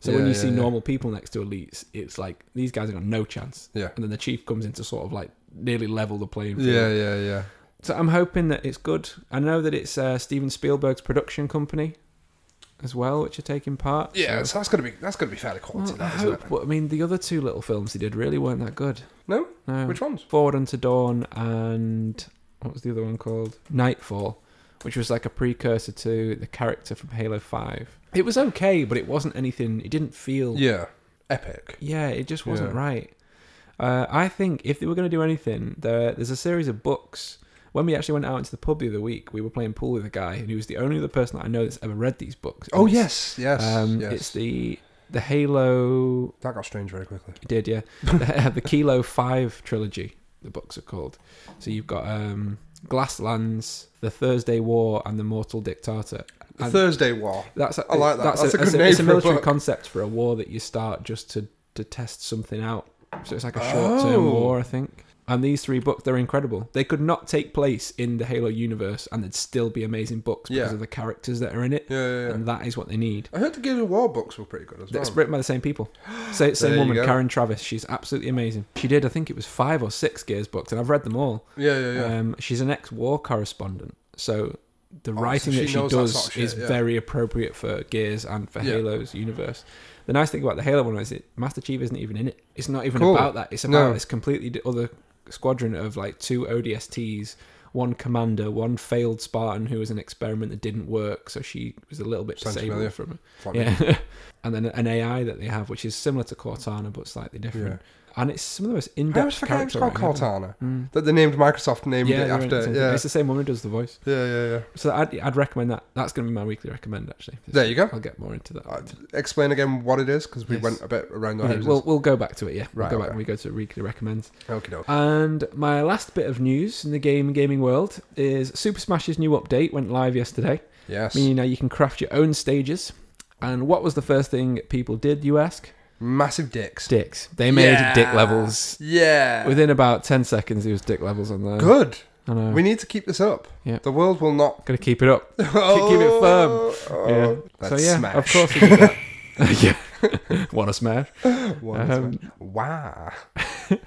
So
Yeah,
when you
yeah,
see
yeah.
normal people next to elites, it's like these guys have got no chance.
Yeah.
And then the chief comes in to sort of like nearly level the playing field.
yeah, yeah, yeah.
So I'm hoping that it's good. I know that it's uh, Steven Spielberg's production company as well, which are taking part.
Yeah,
So,
so that's gonna be that's gonna be fairly quality.
well, I
that, isn't
hope. But I mean, the other two little films he did really weren't that good.
it? No,
No.
which ones?
Forward Unto Dawn and what was the other one called? Nightfall, which was like a precursor to the character from Halo 5. It was okay, but it wasn't anything, it didn't feel.
Yeah, epic.
Yeah, it just wasn't
Yeah.
right. Uh, I think if they were going to do anything, there, there's a series of books. When we actually went out into the pub the other week, we were playing pool with a guy, and he was the only other person that I know that's ever read these books.
Oh
And it's-
yes, yes,
um,
yes.
it's the the Halo
that got strange very quickly.
it did yeah, the, Kilo Five trilogy. The books are called. So you've got um, Glasslands, The Thursday War, and The Mortal Dictator.
The
And-
Thursday War.
That's
I like that. That's a good
it's
name
It's a
for a
military
book.
concept for a war that you start just to to test something out. So it's like a short-term
Oh.
war, I think. And these three books, they're incredible. They could not take place in the Halo universe, and they'd still be amazing books because
Yeah.
of the characters that are in it.
Yeah, yeah, yeah.
And that is what they need.
I heard the Gears of War books were pretty good as well.
It's written by the same people, same, same
you
woman,
go.
Karen Travis. She's absolutely amazing. She did, I think it was five or six Gears books, and I've read them all.
yeah, yeah, yeah.
Um, she's an ex-war correspondent, so the
Oh, so
writing
she
that she
knows
does
that sort of shit,
is
yeah.
very appropriate for Gears and for
Yeah.
Halo's universe. The nice thing about the Halo one is it Master Chief isn't even in it. It's not even
Cool.
about that. It's
No.
about this completely d- other squadron of like two ODSTs, one commander, one failed Spartan who was an experiment that didn't work, so she was a little bit
Sounds
disabled
familiar.
from it.
Funny.
Yeah. and then an AI that they have, which is similar to Cortana but slightly different. And it's some of the most
I
in-depth
always forget it was
character
called
writing ever. Hmm.
Cortana. That they named Microsoft named
Yeah,
it
they're in it.
after.
It's-
Yeah.
it's the same woman who does the voice.
yeah, yeah, yeah.
So I'd, I'd recommend that. That's going to be my weekly recommend, actually.
There you go.
I'll get more into that.
Uh, explain again what it is because we
Yes.
went a bit around the
Okay,
houses.
we'll, we'll go back to it, yeah. We'll
Right,
go back
okay.
when we go to weekly recommends.
Okie doke.
And my last bit of news in the game gaming world is Super Smash's new update went live yesterday,
Yes.
meaning now you can craft your own stages. And what was the first thing people did, you ask?
Massive dicks.
Dicks. They made
Yeah.
dick levels.
Yeah.
Within about 10 seconds, there was dick levels on there.
Good.
I know.
We need to keep this up.
Yeah.
The world will not.
Gotta keep it up. keep it firm.
Oh,
Yeah.
Let's
so yeah,
smash.
of course we did that. yeah. Want to smash?
One,
Um,
two. Wow.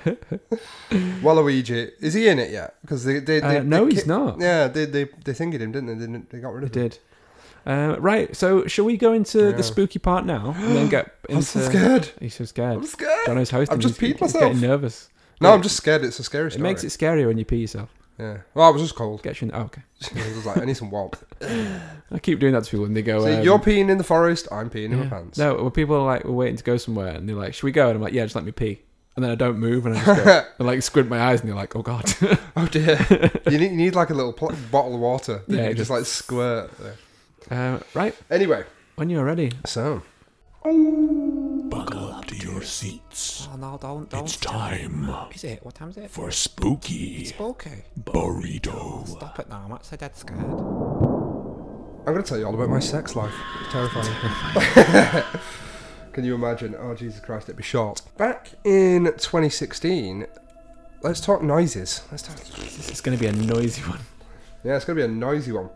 Waluigi, is he in it yet? Because they, they, they,
Uh, no,
they
he's
ki-
not.
Yeah, they they they thingied him, didn't they? They, didn't- they got rid
They
of him.
did. Uh, right, so shall we go into
Yeah.
the spooky part now and then get into?
I'm so scared.
He's so scared.
I'm scared.
Jono's hosting.
I've just
he's,
peed
he's
myself.
getting nervous.
No, I'm just scared. It's a scary
It
story.
makes it scarier when you pee yourself.
Yeah. Well, I was just cold.
Get you. In, oh, okay.
I was just like, I need some warmth.
I keep doing that to people, and they go.
so
um,
you're peeing in the forest. I'm peeing in my
yeah.
pants.
No, well, people are like, we're waiting to go somewhere, and they're like, "Should we go?" And I'm like, "Yeah, just let me pee." And then I don't move, and I just go, and like squint my eyes, and they're like, "Oh God."
Oh dear. you, need, you need like a little pl- bottle of water. That
Yeah,
you
it
just
just-
like squirt. there.
uh, right,
Anyway,
when you're ready.
so
Buckle up to your seats.
Oh no! Don't
It's time
Is it? What time is it?
for spooky
Okay.
burrito.
Stop it now! I'm actually dead scared.
I'm going to tell you all about my sex life. It's terrifying. Can you imagine? Oh Jesus Christ, it'd be short. Back in 2016, let's talk noises. Let's talk.
This is going to be a noisy one.
Yeah, it's going to be a noisy one.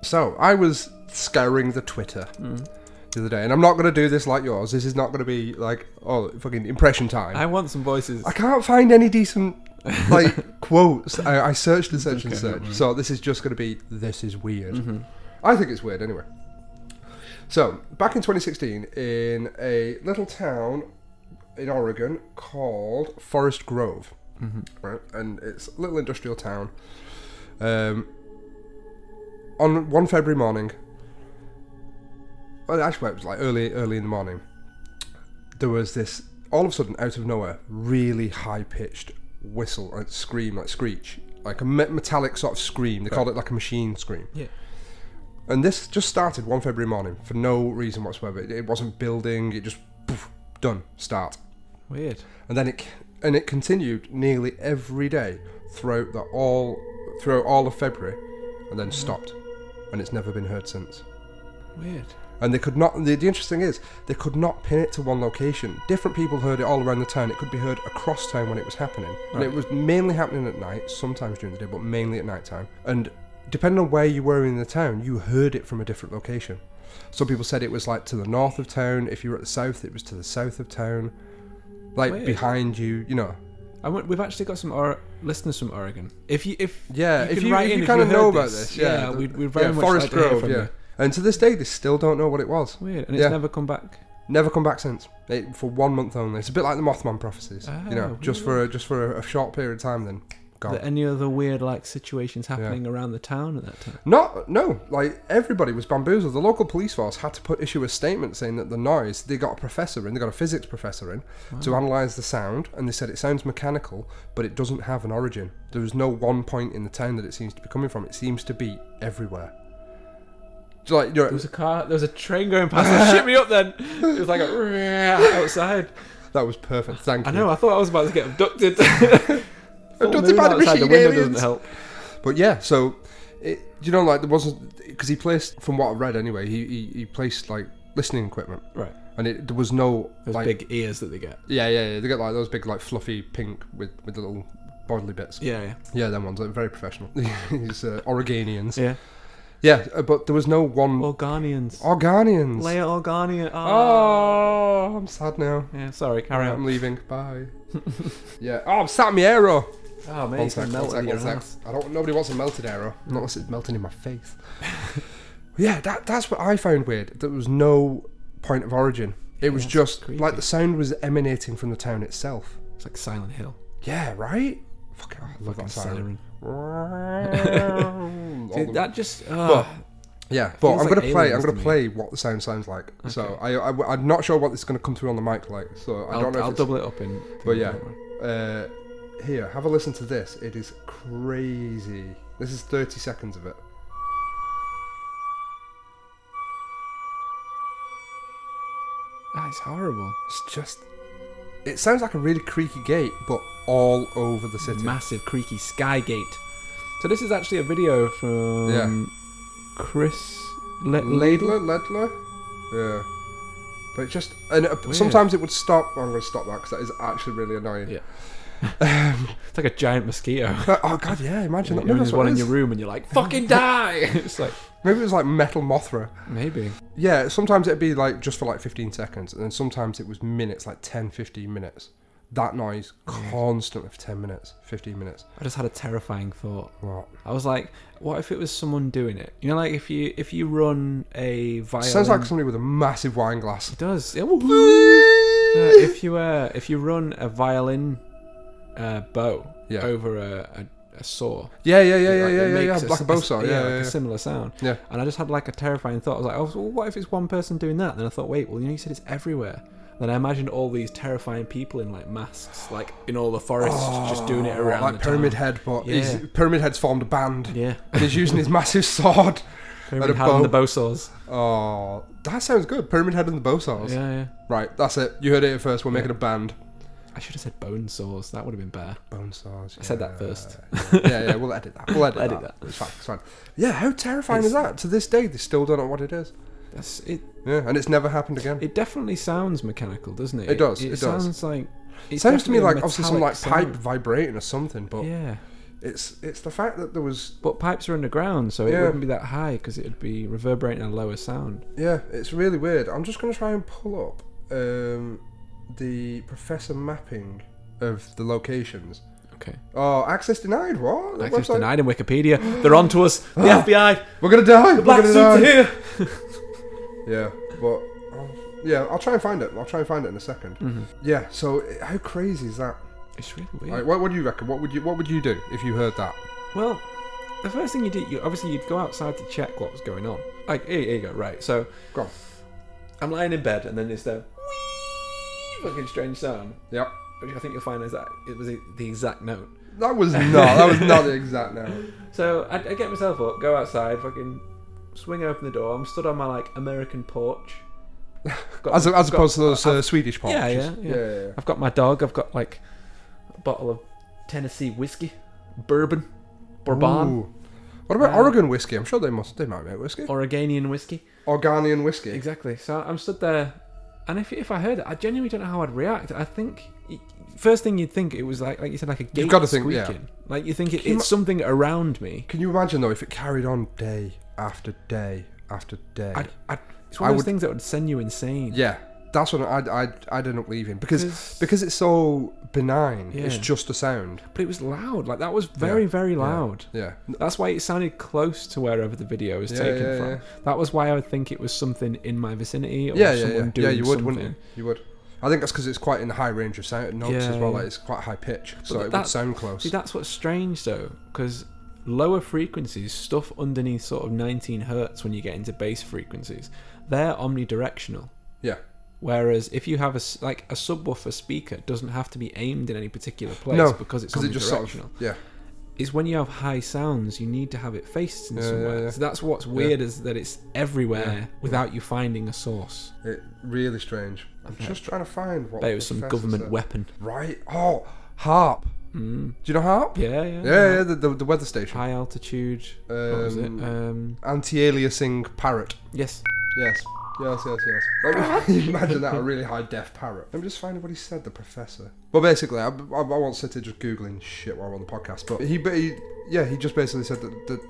So I was scouring the Twitter the other day, and I'm not going to do this like yours. This is not going to be like oh fucking impression time.
I want some voices.
I can't find any decent like quotes. I, I searched and searched and searched. So this is just going to be this is weird. I think it's weird anyway. So back in 2016, in a little town in Oregon called Forest Grove, right, and it's a little industrial town. Um, on one February morning, well, actually, it was like early, early in the morning there was this all of a sudden out of nowhere really high pitched whistle like scream like screech like a me- metallic sort of scream they called it like a machine scream
Yeah.
and this just started one february morning for no reason whatsoever it, it wasn't building it just poof, done start
Weird.
and then it c- and it continued nearly every day throughout the all throughout all of february and then stopped and it's never been heard since
Weird.
and they could not. The, the interesting is they could not pin it to one location. Different people heard it all around the town. It could be heard across town when it was happening, and it was mainly happening at night, sometimes during the day, but mainly at night time. And depending on where you were in the town, you heard it from a different location. Some people said it was like to the north of town. If you were at the south, it was to the south of town, like
Weird.
behind you. You know,
I want, we've actually got some or- listeners from Oregon. If you, if
Yeah, if
can
you,
write
if
in
you kind of know
heard
about this, yeah, the-
we'd, we'd very
yeah,
much
Forest
like to hear
Grove,
from
yeah.
you.
And to this day, they still don't know what it was.
Weird, and it's
Yeah.
never come back.
Never come back since. It, for one month only. It's a bit like the Mothman prophecies. you know,
Oh,
just for a, just for a, a short period of time, then gone.
That any other weird like situations happening around the town at that time?
Not no, like everybody was bamboozled. The local police force had to put issue a statement saying that the noise. They got a professor in, they got a physics professor in, to analyse the sound, and they said it sounds mechanical, but it doesn't have an origin. There was no one point in the town that it seems to be coming from. It seems to be everywhere. So, Like you know,
There was a car. There was a train going past. and Shit me up then. It was like a outside.
that was perfect. Thank
I
you.
know. I thought I was about to get abducted.
Abducted by the
Outside
machine
window doesn't
aliens.
help.
But yeah, so it, you know, like there wasn't because he placed, from what I read anyway, he he, he placed like listening equipment,
Right.
and it, there was no
Those
like
big ears that they get.
yeah yeah yeah they got like those big like fluffy pink with with the little bodily bits yeah,
Yeah. Yeah.
them ones like, very professional these uh, Oregonians yeah,
Yeah.
uh, but there was no one
Organians.
Organians
Layer Organian.
oh I'm sad now
Oh. Yeah. Sorry. Carry
I'm
on.
leaving bye yeah oh I'm sat in my arrow
Oh man,
One
he's
sec,
gonna
one
melt
sec,
in your
one sec.
house.
I don't. Nobody wants a melted arrow, not unless it's melting in my face. yeah, that that's what I found weird. There was no point of origin. It was
that's
just
creepy.
like the sound was emanating from the town itself.
It's like Silent Hill.
Yeah, right. Fuck, I love
Fucking
that siren.
siren.
All the-
Dude, that just.
But-
Uh,
yeah, but I'm
feels
gonna
like
play. I'm
aliens to
gonna
me.
play what the sound sounds like. So I, I am not sure what this is gonna come through on the mic like. So I
I'll,
don't know.
I'll
if it's,
double it up in.
But yeah, uh, here, have a listen to this. It is crazy. This is 30 seconds of it.
that is horrible.
It's just. It sounds like a really creaky gate, but all over the city.
Massive creaky sky gate. So this is actually a video from Chris Le-
Ladler,
Ladler.
Ladler? Yeah. But it just. And uh, sometimes it would stop. I'm going to stop that because that is actually really annoying.
Yeah. It's like a giant mosquito.
But- oh, God, yeah, imagine that.
You're
Maybe,
in
that's
this
what
one
it
in
is.
your room, and you're like, "Fucking die!" it's like
Maybe it was like Metal Mothra.
maybe.
Yeah, sometimes it'd be like just for like 15 seconds, and then sometimes it was minutes, like 10, 15 minutes. that noise constantly for 10 minutes, 15 minutes.
I just had a terrifying thought.
What?
I was like, what if it was someone doing it? You know, like if you if you run a violin,
Sounds like somebody with a massive wine glass.
it does. Yeah, Uh, if you uh, if you run a violin uh, bow
Yeah.
over a, a, a saw,
Yeah, yeah, yeah, yeah,
like,
yeah,
it
yeah, yeah.
makes
Like a bow saw. Yeah,
like
yeah,
a
yeah.
similar sound.
Yeah.
And I just had like a terrifying thought. I was like, oh, well, what if it's one person doing that? Then I thought, wait, well, you know, you said it's everywhere. Then I imagined all these terrifying people in like masks, like in all the forests, just doing it around.
Oh, Like
the
Pyramid
town.
Head, but
Yeah.
he's, Pyramid Head's formed a band.
Yeah.
And he's using his massive sword.
Pyramid
a
Head and the
bow.
bow saws.
Oh, that sounds good. Pyramid Head and the Bow Saws.
Yeah, yeah.
Right, that's it. You heard it here first. We're making a band.
I should have said bone saws. That would have been better.
Bone Saws.
I said that first.
Yeah, yeah, yeah, we'll edit that. We'll edit,
Edit
that. It's fine. It's fine. Yeah, how terrifying is that? To this day, they still don't know what it is.
That's it.
Yeah, and it's never happened again.
It definitely sounds mechanical, doesn't it?
It does,
It,
it does.
sounds like.
It
it's
sounds to
definitely
me
a
like obviously some like
metallic
pipe
sound.
vibrating or something, but
Yeah,
it's it's the fact that there was
but pipes are underground, so it
Yeah.
wouldn't be that high because it'd be reverberating a lower sound.
yeah, it's really weird. I'm just gonna try and pull up um, the professor mapping of the locations.
Okay.
Oh, access denied. What? The
Access
website- Ah.
denied in Wikipedia. They're on to us. The FBI.
We're gonna die.
Black
We're
suits
gonna
are
die.
here.
Yeah, but I'll, yeah, I'll try and find it. I'll try and find it in a 2nd Yeah. So eh, how crazy is that?
It's really weird.
Like, what, what do you reckon? What would you What would you do if you heard that?
Well, the first thing you do, you obviously you'd go outside to check what was going on. Like here, here you go. Right. So
Go on.
I'm lying in bed, and then there's the wee fucking strange sound.
Yeah.
Which I think you'll find is that it was the exact note.
That was not. that was not the exact note.
So I, I get myself up, go outside, fucking swing open the door. I'm stood on my like American porch. Got-
As, as
got-
opposed to those uh, Swedish porches.
yeah, yeah, yeah,
yeah, yeah.
I've got my dog. I've got like a bottle of Tennessee whiskey, bourbon, bourbon,
Ooh. What about
Uh,
Oregon whiskey? I'm sure they must. They might make whiskey.
Oregonian whiskey.
Organian whiskey.
Exactly. So I'm stood there, and if if I heard it, I genuinely don't know how I'd react. I think first thing you'd think it was like like you said like a gate
gotta think,
squeaking.
yeah.
Like you think it,
Can you
it's something around me.
Can you imagine though if it carried on day after day after day?
I'd, I'd, it's one
I
of those
would-
things that would send you insane.
yeah, that's when I'd I'd I'd end up leaving because
'Cause-
because it's so benign. It's
Yeah.
just a sound.
But it was loud. Like that was very very loud.
Yeah.
That's why it sounded close to wherever the video was
Yeah,
taken
yeah,
from.
yeah.
That was why I would think it was something in my vicinity or
Yeah, yeah,
someone
yeah.
doing
Yeah, you would,
something.
wouldn't you? You would. I think that's because it's quite in the high range of sound notes
Yeah,
as well.
yeah.
Like it's quite high pitch, so it would
that-
sound close.
See, that's what's strange though, because lower frequencies, stuff underneath sort of 19 hertz when you get into bass frequencies, they're omnidirectional.
yeah.
Whereas if you have a s- like a subwoofer speaker doesn't have to be aimed in any particular place
no,
because it's
it
omnidirectional.
just sort of yeah.
Is when you have high sounds, you need to have it faced in
Yeah,
somewhere.
yeah, yeah.
So that's what's weird is that it's everywhere without you finding a source.
It really strange. I'm just trying to find what.
But it was some
professor
government
said.
weapon.
Right. Oh, harp. Do you know harp?
Yeah, yeah.
Yeah, yeah, the, the, the weather station.
High altitude. what was it?
Um,
Um,
Anti-aliasing parrot.
yes.
Yes. Yes, yes, yes. Like, imagine that, a really high def parrot. Let me just find what he said, the professor. Well, basically, I, I, I won't sit here just googling shit while I'm on the podcast, but he, but he yeah, he just basically said that, that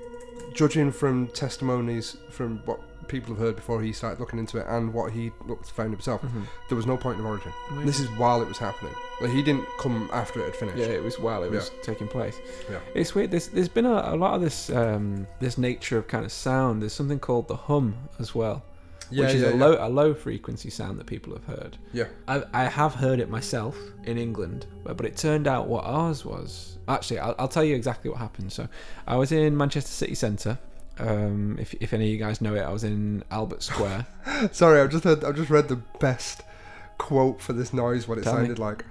judging from testimonies from what people have heard before he started looking into it and what he looked, found himself, there was no point of origin.
Weird.
This is while it was happening. Like, he didn't come after it had finished.
Yeah, it was while it was taking place.
Yeah.
It's weird. There's, there's been a, a lot of this um, this nature of kind of sound. There's something called the hum as well,
Yeah,
which is
yeah,
a
yeah.
low a low frequency sound that people have heard.
Yeah.
I, I have heard it myself in England, but, but it turned out what ours was. Actually, I'll, I'll tell you exactly what happened. So, I was in Manchester City Centre. Um, if, if any of you guys know it, I was in Albert Square.
Sorry, I've just heard, I've just read the best quote for this noise. What it
Tell me.
sounded like.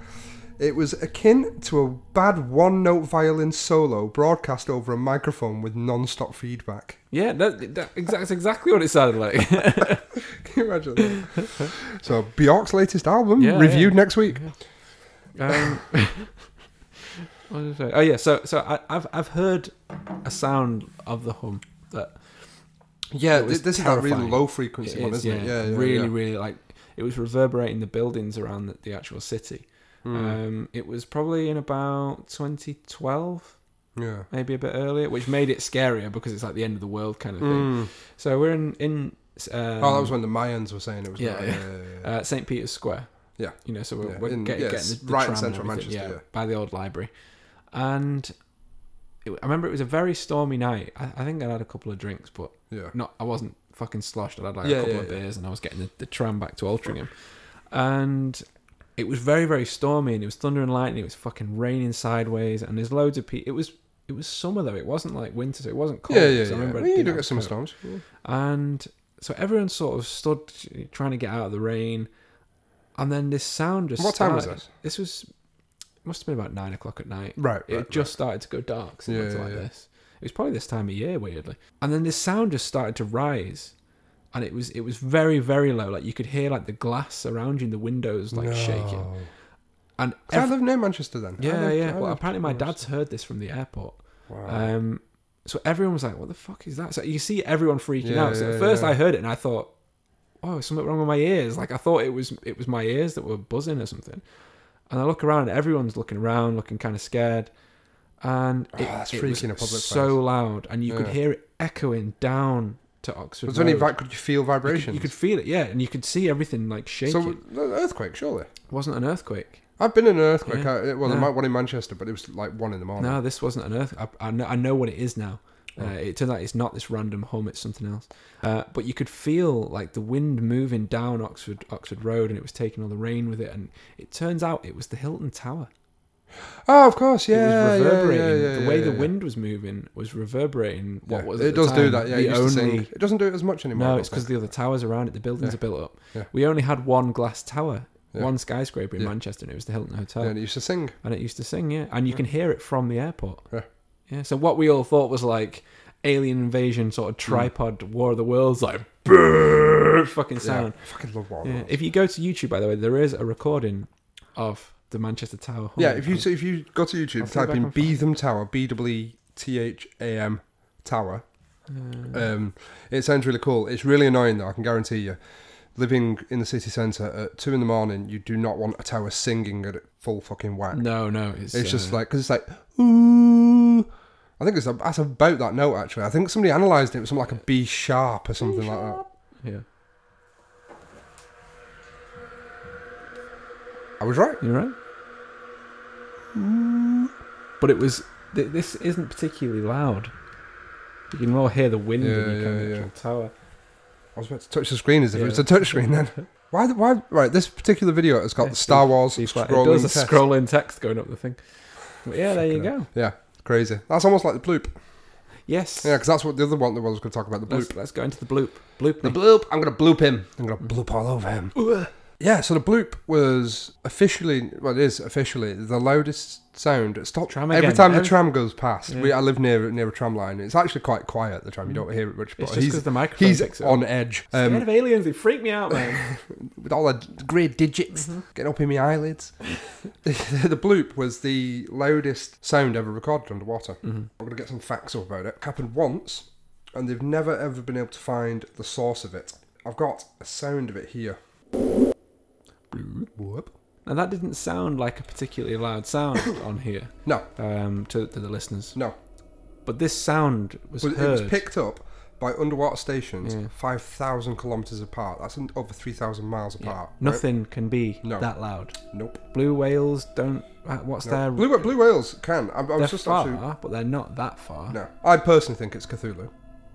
It was akin to a bad one-note violin solo broadcast over a microphone with non-stop feedback.
yeah, that, that, that's exactly what it sounded like.
Can you imagine that? so Bjork's latest album
Yeah,
reviewed
yeah.
next week.
Um, what was I saying? Oh yeah, so so I, I've I've heard a sound of the hum that
Yeah,
Mm-hmm. It was
this is that really
terrifying.
low frequency
it
one,
is,
isn't it? Yeah, yeah
really
yeah.
really like it was reverberating the buildings around the, the actual city.
Hmm.
Um, it was probably in about 2012,
yeah.
maybe a bit earlier, which made it scarier because it's like the end of the world kind of
Hmm.
thing.
Mm.
So we're in um, in um,
oh, that was when the Mayans were saying it was.
yeah,
not-
yeah. uh, St Peter's Square.
Yeah.
you know, so we're,
Yeah,
we're
in-
get-
yes,
getting the, the
right in
tram and
central
everything,
Manchester, yeah.
by the old library, and it, I remember it was a very stormy night. I, I think I'd had a couple of drinks, but
Yeah.
not I wasn't fucking sloshed. I'd had like
Yeah,
a couple
yeah,
of
yeah.
beers, and I was getting the, the tram back to Altrincham, and it was very very stormy, and it was thunder and lightning. It was fucking raining sideways, and there's loads of people. It was it was summer though. It wasn't like winter, so it wasn't cold.
Yeah, yeah, yeah.
so I remember I
Well, you
didn't
do
have a
get summer
coat.
storms.
And so everyone sort of stood trying to get out of the rain, and then this sound just.
What time was
started.
this?
This was it must have been about nine o'clock at night.
Right,
It
right,
just started to go dark. So it
Yeah,
looked
yeah,
like
yeah.
this. It was probably this time of year, weirdly. And then this sound just started to rise, and it was it was very very low. Like you could hear like the glass around you, in the windows like shaking.
No.
And
'Cause I live near Manchester then. I
yeah,
lived-
yeah.
I
Well,
lived-
apparently my dad's heard this from the airport.
Wow.
Um, so everyone was like, "What the fuck is that?" So you see everyone freaking
Yeah,
out. So
yeah,
at first
yeah.
I heard it and I thought, "Oh, is something wrong with my ears." Like I thought it was it was my ears that were buzzing or something. And I look around and everyone's looking around, looking kind of scared. And it,
Ah, that's
it was
freaky in a public
so
place.
loud, and you could
Yeah.
hear it echoing down to Oxford.
Was there any
Road.
vi- could you feel vibrations?
You could feel it, yeah, and you could see everything like shaking.
so an earthquake, surely.
it wasn't an earthquake.
I've been in an earthquake. uh,
Yeah.
I, well, there
No.
might one in Manchester, but it Oh. was like one in the morning.
No, this wasn't an earth. I, I, know, I know what it is now. Uh, it turns out it's not this random hum; it's something else. Uh, but you could feel like the wind moving down Oxford Oxford Road, and it was taking all the rain with it. And it turns out it was the Hilton Tower.
Oh, of course,
It
yeah.
was
yeah,
reverberating.
Yeah, yeah,
the way
yeah,
the
yeah.
wind was moving was reverberating. What
Yeah.
was
it
at the
does do
time
that? Yeah,
the
it, used to
only
sink. it doesn't do it as much anymore. I
no,
don't
it's because
think.
the other towers around it, the buildings are built up.
Yeah.
We only had one glass tower,
Yeah.
one skyscraper in
Yeah.
Manchester, and it was the Hilton Hotel
Yeah, and it used to sing.
and it used to sing, yeah. And you can hear it from the airport.
Yeah.
Yeah. So what we all thought was like alien invasion sort
Mm.
of tripod War of the Worlds like brrrr fucking
Yeah.
sound.
I fucking love Wild
Yeah.
Wild.
If you go to YouTube, by the way, there is a recording of the Manchester Tower.
Yeah,
hum.
if you if you go to YouTube,
see if
type
I
in
can
Beetham Tower, B W E T H A M Tower.
Uh.
Um, it sounds really cool. It's really annoying though. I can guarantee you, living in the city centre at two in the morning, you do not want a tower singing at full fucking whack.
no, no, it's,
It's just
uh,
like because it's like ooh. I think it's that's about that note actually. I think somebody analysed it. It was something like a B sharp or something like that.
yeah.
I was right.
You right? But it was. Th- this isn't particularly loud. You can more hear the wind
Yeah,
in the
yeah,
kind of
yeah.
actual tower.
I was about to touch the screen as if
Yeah.
it was a touch screen then. Why? the- Why? Right. This particular video has got
Yeah,
the Star
see-
Wars
See if that-
scrolling
it does a
text.
scrolling text going up the thing. But yeah, there you go.
Yeah, crazy. That's almost like the bloop.
Yes.
Yeah, because that's what the other one that I was going to talk about the bloop.
Let's, let's go into the bloop. Bloop.
The
me.
bloop. I'm going to bloop him. I'm
Mm.
going to bloop all over him. Yeah, so the bloop was officially, well, it is officially the loudest sound. It stopped
Tram
every
again.
time the
Every-
tram goes past. We,
Yeah.
I live near near a tram line. It's actually quite quiet. The tram, you don't hear it much, but
It's just
he's
'cause the microphone picks it
he's
up.
on edge
Scared
um,
of aliens, they freak me out, man.
with all the grey digits
Mm-hmm.
getting up in my eyelids. the, the bloop was the loudest sound ever recorded underwater.
Mm-hmm.
I'm going to get some facts up about it. Happened once, and they've never ever been able to find the source of it. I've got a sound of it here. Whoop.
now that didn't sound like a particularly loud sound on here
No,
um, to, to the listeners,
no.
but this sound was
But it
heard.
was picked up by underwater stations
Yeah.
5,000 kilometres apart. That's un- over 3,000 miles apart. right?
Nothing can be
No.
that loud.
Nope.
Blue whales don't. uh, What's their?
Blue, wh- blue whales can. I, I
they're
was just
far,
actually.
but they're not that far.
No. I personally think it's Cthulhu.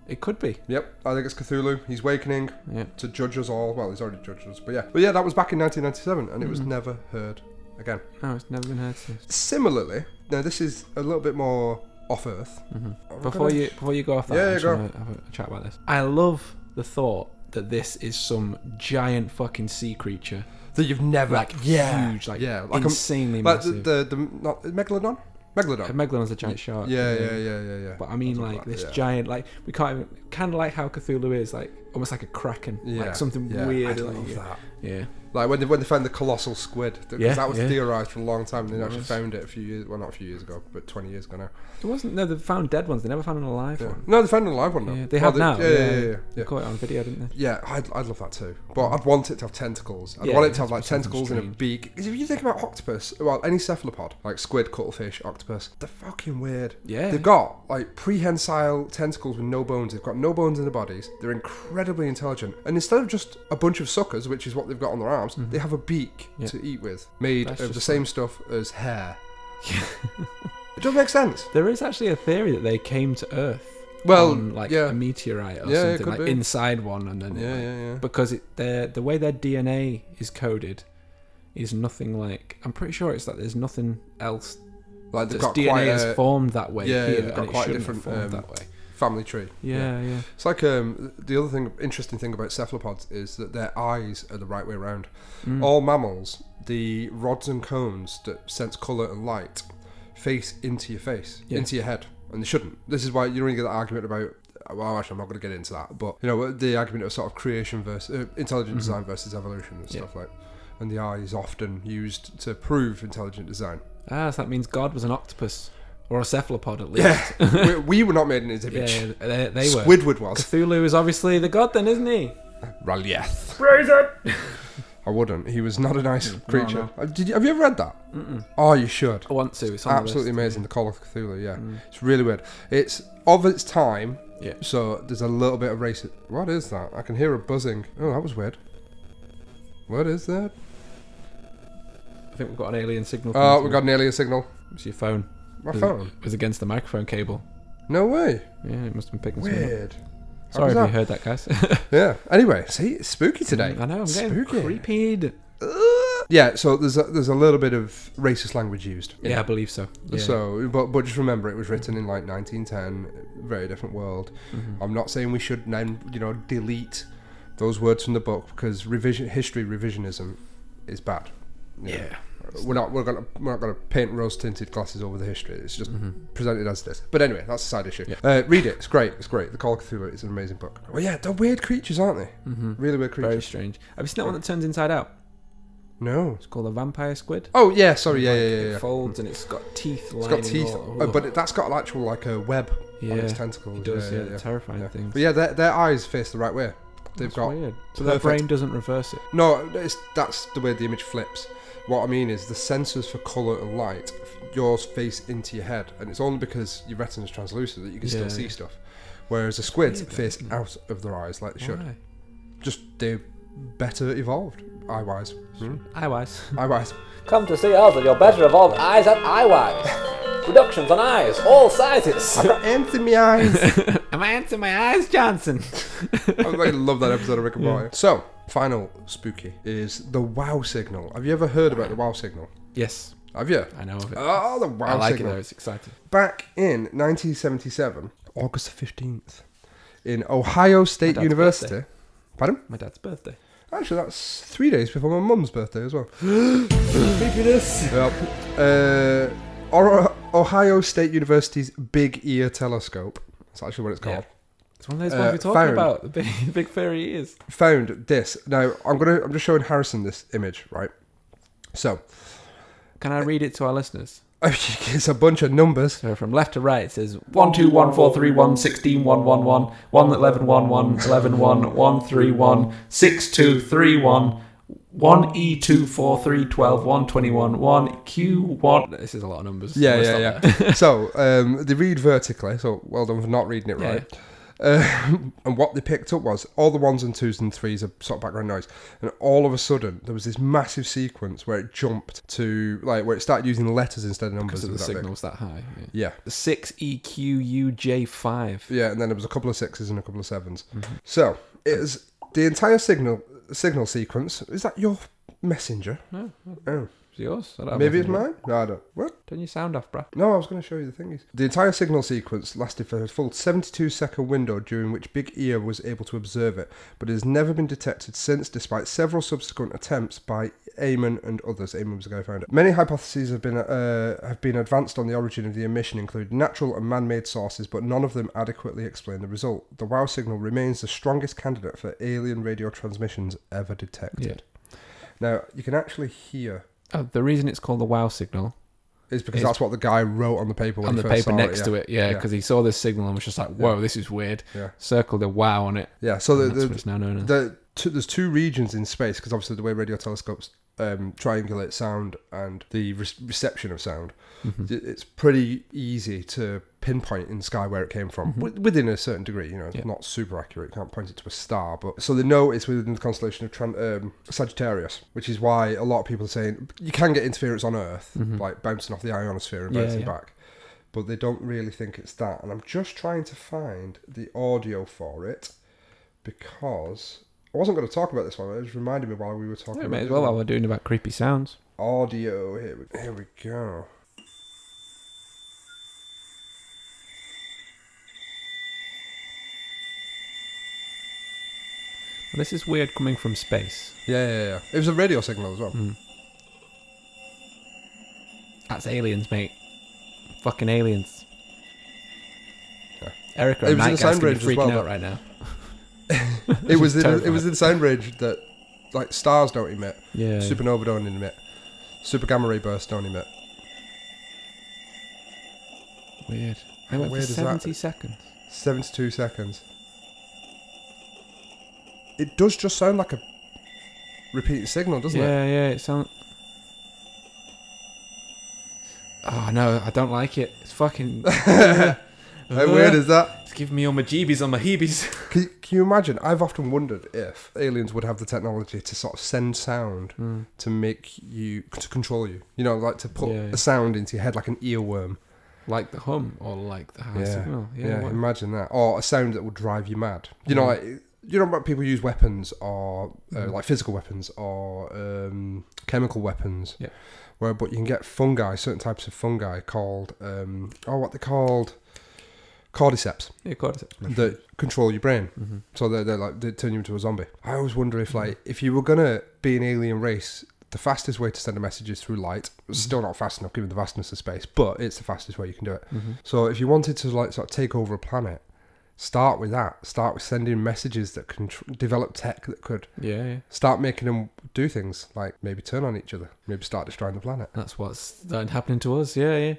It could be.
Yep, I think it's Cthulhu. He's wakening
Yeah.
to judge us all. Well, he's already judged us, but yeah, but yeah, that was back in 1997, and it
Mm-hmm.
was never heard again.
No, it's never been heard since.
Similarly, now this is a little bit more off Earth. Mm-hmm.
Before you before you go off that,
Yeah,
I
yeah,
just
go.
wanna have a chat about this. I love the thought that this is some giant fucking sea creature,
that you've never
like
yeah
huge, like,
yeah a-
insanely
like the
massive.
the, the not, megalodon megalodon
A megalodon's a giant shark.
yeah yeah yeah yeah yeah.
But I mean, like this
yeah.
giant, like we can't even kind of like how Cthulhu is, like almost like a kraken,
Yeah,
like something
yeah,
weird.
I
like,
love
yeah.
that.
yeah,
Like when they when they found the colossal squid, because
Yeah,
that was
yeah.
theorized for a long time. and They actually
was.
found it a few years, well, not a few years ago, but twenty years ago now.
it wasn't. No, they found dead ones. They never found an alive
Yeah.
one.
No, they found a live one now.
Yeah, they
Oh,
have now.
Yeah, yeah, yeah. yeah,
They
yeah.
caught it on video, didn't they?
Yeah, I'd, I'd love that too. But I'd want it to have tentacles. I'd
Yeah,
want it
it
to have
has
like
to be something
tentacles in a
strange.
beak. 'Cause if you think about octopus, well, any cephalopod, like squid, cuttlefish, octopus, they're fucking weird.
Yeah.
They've got like prehensile tentacles with no bones. They've got no bones in their bodies. They're incredibly intelligent. And instead of just a bunch of suckers, which is what they've got on their arms, they have a beak
Mm-hmm. Yeah.
to eat with, made
That's
of the
just
same stuff as hair. it doesn't make sense.
There is actually a theory that they came to Earth.
Well,
on, like
yeah.
a meteorite or
Yeah, it
something,
could
like
be.
inside one, and then
yeah,
like-
yeah, yeah.
because it, their the way their DNA is coded is nothing like. I'm pretty sure it's that there's nothing else
Like they've
that's
got
DNA
quite
is
a
formed that way
yeah,
here,
they've got
and it
quite a
shouldn't
different,
have formed
um,
that way.
family tree.
Yeah, yeah.
It's like um, the other thing, interesting thing about cephalopods is that their eyes are the right way around.
Mm.
All mammals, the rods and cones that sense colour and light face into your face,
Yeah.
into your head, and they shouldn't. This is why you don't get that argument about. Well, actually, I'm not going to get into that, but you know the argument of sort of creation versus uh, intelligent design versus evolution and
Mm-hmm. Yeah.
stuff like. And the eye is often used to prove intelligent design.
Ah, so that means God was an octopus or a cephalopod at least.
Yeah, we, we were not made in his
Yeah,
image.
yeah, they, they were.
Squidward was.
Cthulhu is obviously the god, then, isn't he?
Relief.
Praise it!
I wouldn't. He was not a nice creature.
no.
Uh, Did you, have you ever read that? Mm-mm. Oh, you should.
I want to. It's on the
Absolutely
list.
amazing. The Call of Cthulhu. Yeah, it's really weird. It's of its time.
Yeah.
So there's a little bit of racism. What is that? I can hear a buzzing. Oh, that was weird. What is that?
I think we've got an alien signal.
Oh,
coming
we
through.
got an alien signal.
It's your phone.
My
Was-
phone.
was against the microphone cable.
No way.
Yeah, it must have been picking something up.
Weird. How
Sorry if you
bizarre.
heard that, guys.
Yeah. Anyway, see, it's spooky today.
Mm, I know, I'm getting
Spooky.
creeped.
Yeah. So there's a, there's a little bit of racist language used.
Yeah, I believe so. Yeah.
So, but but just remember, it was written in like 1910, very different world.
Mm-hmm.
I'm not saying we should then you know delete those words from the book because revision history revisionism is bad. you know. we're not we're gonna we're not gonna paint rose tinted glasses over the history. It's just presented as this. But anyway, that's a side issue.
Mm-hmm. Yeah.
Uh, read it. It's great. It's great. The Call of Cthulhu is an amazing book. Well, yeah, they're weird creatures, aren't they?
Mhm.
Really weird
very
creatures.
strange. Have you seen that one that turns inside out?
No.
It's called a vampire squid.
Oh yeah. Sorry. Yeah. Yeah. Yeah.
It
yeah.
folds and it's got teeth.
It's got teeth, uh, but it, that's got an actual like a web
yeah,
on its tentacles.
it does. Yeah, the terrifying
Yeah.
things.
But yeah, their, their eyes face the right way. They've
That's
got
weird. So their
perfect-
brain doesn't reverse it.
no. It's, that's the way the image flips. What I mean is the sensors for color and light. Yours face into your head, and it's only because your retina is translucent that you can
Yeah,
still see
yeah.
stuff. Whereas the squids
Weird,
face
isn't it?
out of their eyes like they should.
Why?
Just they're better evolved eye wise.
Hmm. Eyewise.
Eye wise.
Come to see us with your better evolved eyes at iWise. Productions on eyes, all sizes.
I've got ants in my eyes.
Am I answering my eyes, Johnson?
I fucking love that episode of Rick and Morty. So. Final spooky is the wow signal. Have you ever heard about the wow signal?
yes,
Have you?
I know of it.
Oh, the wow
I like it
signal.
though. It's exciting.
Back in 1977, August the 15th, in Ohio State
dad's
University. Pardon?
My dad's birthday.
Actually, that's three days before my mum's birthday as well. Creepiness. Yep. Uh, Oro- Ohio State University's Big Ear Telescope. That's actually what it's called.
It's one of those
Uh,
ones we're talking
phone.
about. The big, big fairy ears.
Found this. Now I'm gonna. I'm just showing Harrison this image, right? So
Can
Uh,
I read it to our listeners?
it's a bunch of numbers.
So from left to right, it says 1, 2, 1, 4, 3, 1, 16, 1, 1, 1, 1, 11, 1, 1, 11, 1, 1, 3, 1, 6, 2, 3, 1, 1, E, 2, 4, 3, 12, 1, 21, 1, Q, 1. This is a lot of numbers.
Yeah,
I'm gonna
yeah,
stop there.
yeah. so um, they read vertically. So well done for not reading it
Yeah,
right. Uh, and what they picked up was all the ones and twos and threes are sort of background noise, and all of a sudden there was this massive sequence where it jumped to like where it started using letters instead of
Because
numbers.
of
It
the
was that
signals that
big.
high. Yeah. E
Yeah,
6 EQUJ5.
yeah, and then there was a couple of sixes and a couple of 7s So it is the entire signal signal sequence. Is that your messenger? No. Oh,
It's yours? I don't have
maybe it's
anything.
mine. No, I don't. What?
Turn your sound off, bruh.
No, I was going to show you the thingies. The entire signal sequence lasted for a full 72 second window during which Big Ear was able to observe it, but it has never been detected since, despite several subsequent attempts by Amon and others. Amon was the guy who found it. Many hypotheses have been uh, have been advanced on the origin of the emission, including natural and man-made sources, but none of them adequately explain the result. The WOW signal remains the strongest candidate for alien radio transmissions ever detected. Now you can actually hear.
Oh, the reason it's called the wow signal
Is because
It's-
that's what the guy wrote on the paper when
on
he
the
first
paper
saw
next
it, yeah.
to it, yeah,
Yeah.
because he saw this signal and was just like, whoa, this is weird.
Yeah.
Circled a wow on it.
Yeah, so the,
That's what
the,
it's now known as.
the two, there's two regions in space because obviously the way radio telescopes um, triangulate sound and the re- reception of sound,
Mm-hmm.
it's pretty easy to pinpoint in Sky where it came from
Mm-hmm.
wi- within a certain degree. You know, it's not super accurate. You can't point it to a star, but so they know it's within the constellation of Tran- um, Sagittarius, which is why a lot of people are saying you can get interference on Earth, like bouncing off the ionosphere and
Mm-hmm. Yeah,
bouncing
yeah.
back. But they don't really think it's that. And I'm just trying to find the audio for it because I wasn't going to talk about this one. It just reminded me while we were talking
Yeah,
about
mate, as
the
well
other
while we're doing about creepy sounds.
audio. Here we, here we go.
This is weird coming from space.
Yeah, yeah, yeah. It was a radio signal as well.
Hmm. That's aliens, mate. Fucking aliens.
Yeah.
Erica,
It
and
was in
Nightgas
the sound
can be
range as
freaking
well,
out
though.
right now.
It was in
Terrifying.
it was in the sound range that like stars don't emit,
Yeah.
supernova don't emit, super gamma ray bursts don't emit.
weird. They went
weird
for
is that?
70 seconds.
Seventy-two seconds. It does just sound like a repeating signal, doesn't it?
yeah, yeah, it sounds. Oh no, I don't like it. It's fucking. Uh.
How
Uh-huh.
weird is that?
It's giving me all my jeebies on my heebies.
Can, can you imagine? I've often wondered if aliens would have the technology to sort of send sound
Mm.
to make you to control you. You know, like to put
Yeah, yeah.
a sound into your head like an earworm.
like the hum or like the high
Yeah,
signal.
yeah.
Oh, Yeah. what-
imagine that, or a sound that would drive you mad. You know, like, you know, like people use weapons or uh, like physical weapons or um, chemical weapons.
Yeah.
Where, but you can get fungi, certain types of fungi called, um, oh, what they're called, cordyceps
yeah, cordyceps.
that control your brain.
Mm-hmm.
So they're, they're like they turn you into a zombie. I always wonder if like if you were gonna be an alien race, the fastest way to send a message is through light.
Mm-hmm.
It's still not fast enough given the vastness of space, but it's the fastest way you can do it.
Mm-hmm.
So if you wanted to like sort of take over a planet, start with that. Start with sending messages that can tr- develop tech that could
Yeah, yeah.
start making them do things like maybe turn on each other, maybe start destroying the planet.
That's what's started happening to us. Yeah, yeah.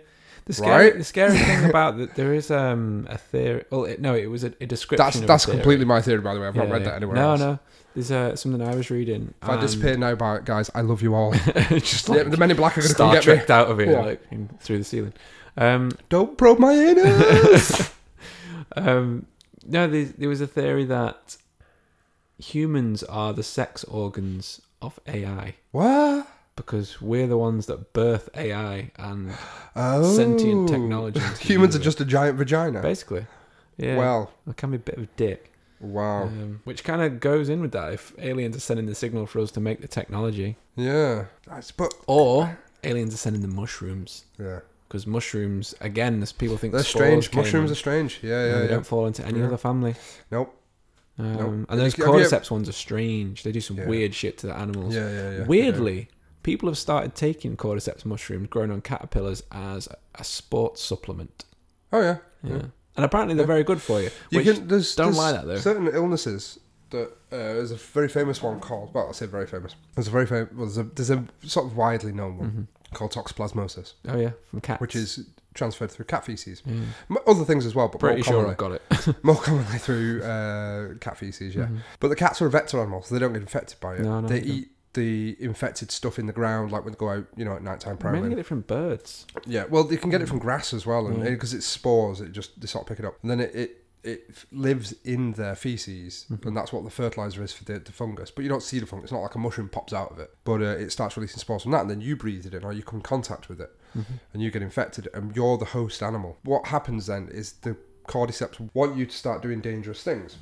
The scary,
Right?
the scary thing about that, there is um a theory. Well, it, no, it was a, a description.
That's
of a
that's
theory.
completely my theory, by the way. I've not
Yeah,
read
yeah.
that anywhere
No,
else.
no. Um, There's uh, something I was reading.
If I
and
disappear now, by it, guys, I love you all.
just
Yeah,
like
the men in black are going to come
Star
get me.
Trek out of here,
Yeah.
like in, through the ceiling. Um,
Don't probe my anus.
um, no, there, there was a theory that humans are the sex organs of AI
what?
because we're the ones that birth AI and
Oh.
sentient technology. into
Humans are
you.
just a giant vagina.
basically. Yeah.
Well,
I can be a bit of a dick.
wow.
Um, which kind of goes in with that if aliens are sending the signal for us to make the technology,
Yeah. That's, but
or aliens are sending the mushrooms
yeah,
because mushrooms, again, as people think
they're
spores
strange.
came
Mushrooms
in,
are strange.
and
Yeah,
uh, they
yeah, yeah.
don't fall into any
Yeah.
other family.
Nope.
Um,
Nope.
And those
Have you- have you-
cordyceps ones are strange. They do some
Yeah.
weird shit to the animals.
Yeah, yeah, yeah.
Weirdly, people have started taking cordyceps mushrooms grown on caterpillars as a, a sports supplement.
Yeah. Oh yeah.
Yeah. And apparently they're very good for you.
You
which
can. There's,
don't
there's
lie that, though.
Certain illnesses that uh, there's a very famous one called. Well, I say very famous. There's a very famous. Well, there's a there's a sort of widely known one called toxoplasmosis,
Mm-hmm. oh yeah, from cats.
which is transferred through cat feces. M Other things as well, but more
pretty sure
commonly.
I've got it. Mm-hmm.
More commonly through uh, cat feces, yeah. But the cats are a vector animal, so they don't get infected by it.
No, no,
they
they don't.
eat the infected stuff in the ground, like when they go out, you know, at nighttime
Mainly
primarily.
get it from birds.
Yeah, well, they can get it from grass as well, and because it's spores, it just they sort of pick it up, and then it. it it f- lives in their feces, and that's what the fertilizer is for the, the fungus. But you don't see the fungus; it's not like a mushroom pops out of it. But uh, it starts releasing spores from that, and then you breathe it in, or you come in contact with it, and you get infected, and you're the host animal. What happens then is the cordyceps want you to start doing dangerous things.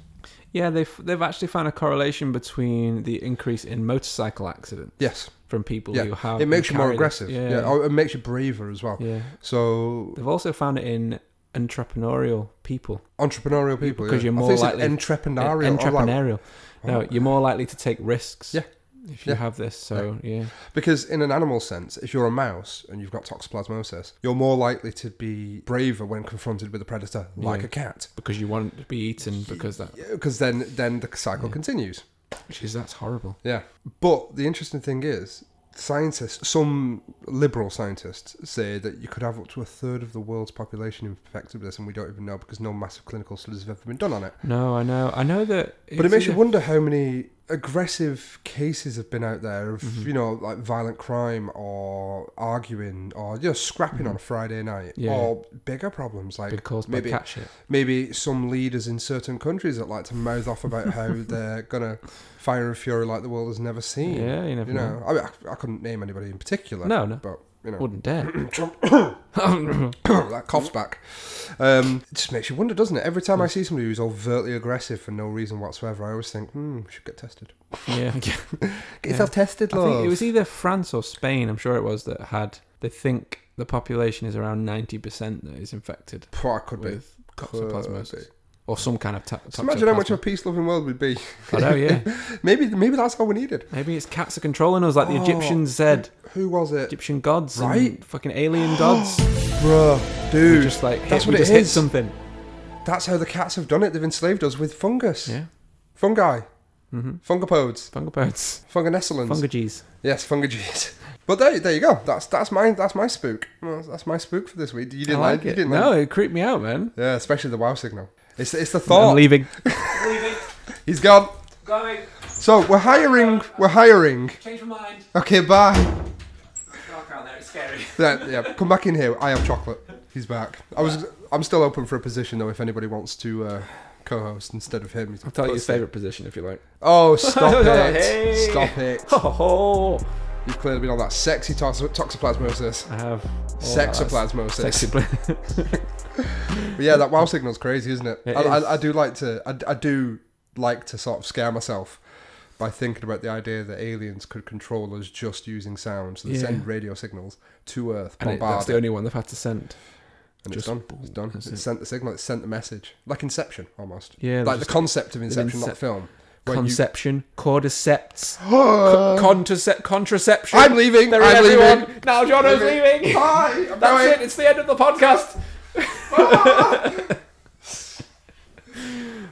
Yeah, they've they've actually found a correlation between the increase in motorcycle accidents
Yes,
from people
yeah,
who have
it makes
and
you more
carry this.
aggressive. Yeah, Oh, or it makes you braver as well.
yeah.
So
They've also found it in entrepreneurial people.
entrepreneurial people,
Because
yeah.
you're
I
more
think it's
likely-
entrepreneurial. I'm like, "Oh,
entrepreneurial. no, you're more likely to take risks.
Yeah.
If you
Yeah.
have this, so yeah.
Because in an animal sense, if you're a mouse and you've got toxoplasmosis, you're more likely to be braver when confronted with a predator, like
Yeah.
a cat.
because you want to be eaten because that,
Because then, then the cycle continues.
which is that's horrible.
Yeah. But the interesting thing is, scientists, some liberal scientists, say that you could have up to a third of the world's population infected with this, and we don't even know because no massive clinical studies have ever been done on it.
No, I know, I know that.
But it makes you wonder how many aggressive cases have been out there of
Mm-hmm.
you know like violent crime or arguing or you know scrapping on a Friday night
Mm-hmm. Yeah.
or bigger problems like
Been caused by
maybe
cat shit.
maybe some leaders in certain countries that like to mouth off about how they're gonna fire and fury like the world has never seen.
Yeah, you never
You know, I, mean, I, I couldn't name anybody in particular.
No, no.
but you know,
Wouldn't dare.
that cough's back. Um, it just makes you wonder, doesn't it? Every time I
Mm.
see somebody who's overtly aggressive for no reason whatsoever, I always think, hmm, should get tested.
yeah.
Get yourself tested,
I
love.
think it was either France or Spain, I'm sure it was, that had. They think the population is around 90% that is infected
Phew, I could be.
with toxoplasmosis. Or some kind of ta-
Just imagine how much
toxoplasma.
of a peace-loving world we'd be.
I know, yeah.
maybe, maybe that's all we needed.
Maybe it's cats are controlling us, like the
Oh.
Egyptians said.
Who was it,
Egyptian gods, and
Right.
fucking alien gods.
bruh?
We
Dude,
just like hit,
that's what
we
it
just hit
is.
something.
That's how the cats have done it. They've enslaved us with fungus.
Yeah. Mm-hmm.
Fungi. Fungopodes.
Fungal birds,
Fungonescellans.
fungages.
yes, fungages. But there, there you go. That's that's my that's my spook. Well, That's my spook for this week. You
I
didn't
like
You
it.
didn't
No,
like
it creeped me out, man.
Yeah, especially the wow signal. It's it's the
I'm
thought.
leaving.
He's gone.
Going.
So we're hiring. We're hiring.
Change my mind.
Okay, bye.
Dark out there. It's scary.
Yeah, yeah. Come back in here. I have chocolate. He's back. I was. I'm still open for a position though. If anybody wants to uh, co-host instead of him.
I'll tell you his favourite position if you like.
Oh, stop it!
Hey.
Stop it!
Oh,
You've clearly been on that sexy tox- toxoplasmosis.
I have. all that.
Sexoplasmosis.
Oh, Sexy pla-
But yeah, that wow signal's crazy, isn't it?
It
I,
is.
I, I do like to, I, I do like to sort of scare myself by thinking about the idea that aliens could control us just using sound. So they
Yeah.
send radio signals to Earth,
and it, that's
bombard
the
it,
only one they've had to send.
and
just
it's done. It's done. It sent the signal. It sent the message, like Inception, almost.
Yeah,
like the
just-
concept of Inception, not
incep-
the film. where you-
Conception, cordyceps, co- contracep- contraception.
I'm leaving.
There is
I'm leaving.
everyone. Now Jono's leaving.
Bye. I'm
That's
going.
it. It's the end of the podcast.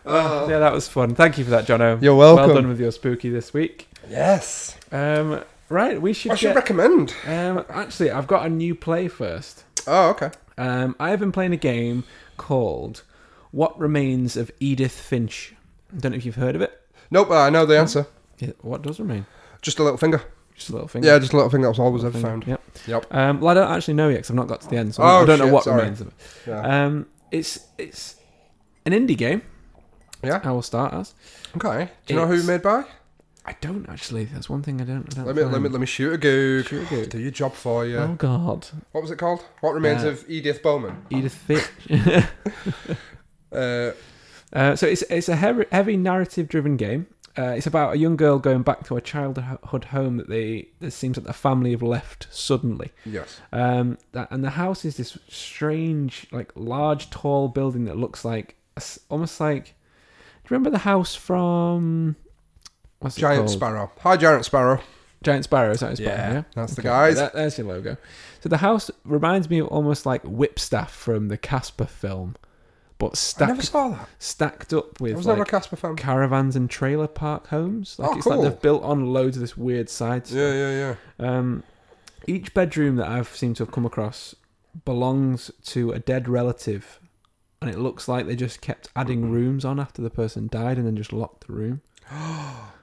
Uh, yeah, that was fun. Thank you for that, Jono.
You're
Well
welcome.
done with your spooky this week.
Yes.
Um, right, we should.
I should
get-
recommend.
um, actually, I've got a new play first.
Oh, okay.
Um, I have been playing a game called "What Remains of Edith Finch." Don't know if you've heard of it.
Nope. uh, I know
Hmm?
the answer.
Yeah, What does remain?
Just a little finger.
Just a little finger.
Yeah, just a little finger. That's all I was ever
Finger.
found.
Yep.
Yep.
Um, well, I don't actually know yet because I've not got to the end, so
Oh,
I don't know
shit,
what
sorry.
remains of it.
Yeah.
Um, it's it's an indie game.
Yeah.
I will start as.
Okay. Do you know who
It's-
made by?
I don't actually. That's one thing I don't. I don't
Let me let me
find.
let me shoot a goog.
Shoot a goog.
Do your job for you.
Oh God,
What was it called? What remains
Uh,
of Edith Bowman?
Edith Fitch.
Uh,
uh, so it's it's a heavy, heavy narrative-driven game. Uh, it's about a young girl going back to a childhood home that they it seems like the family have left suddenly.
yes.
Um, that, and the house is this strange, like large, tall building that looks like a s- almost like. Do you remember the house from? What's it
Giant
called?
Sparrow. Hi, Giant Sparrow.
Giant Sparrow. Is that his Sparrow? Yeah.
That's the
Okay,
guys.
that- there's your logo. So the house reminds me of almost like Whipstaff from the Casper film, but
I
stacked
never saw that.
stacked up with
I was
like,
never a Casper fan.
caravans and trailer park homes. Like
Oh,
it's like
cool.
they've built on loads of this weird side. stuff.
Yeah, yeah, yeah.
Um, each bedroom that I've seemed to have come across belongs to a dead relative, and it looks like they just kept
Hmm.
adding rooms on after the person died, and then just locked the room.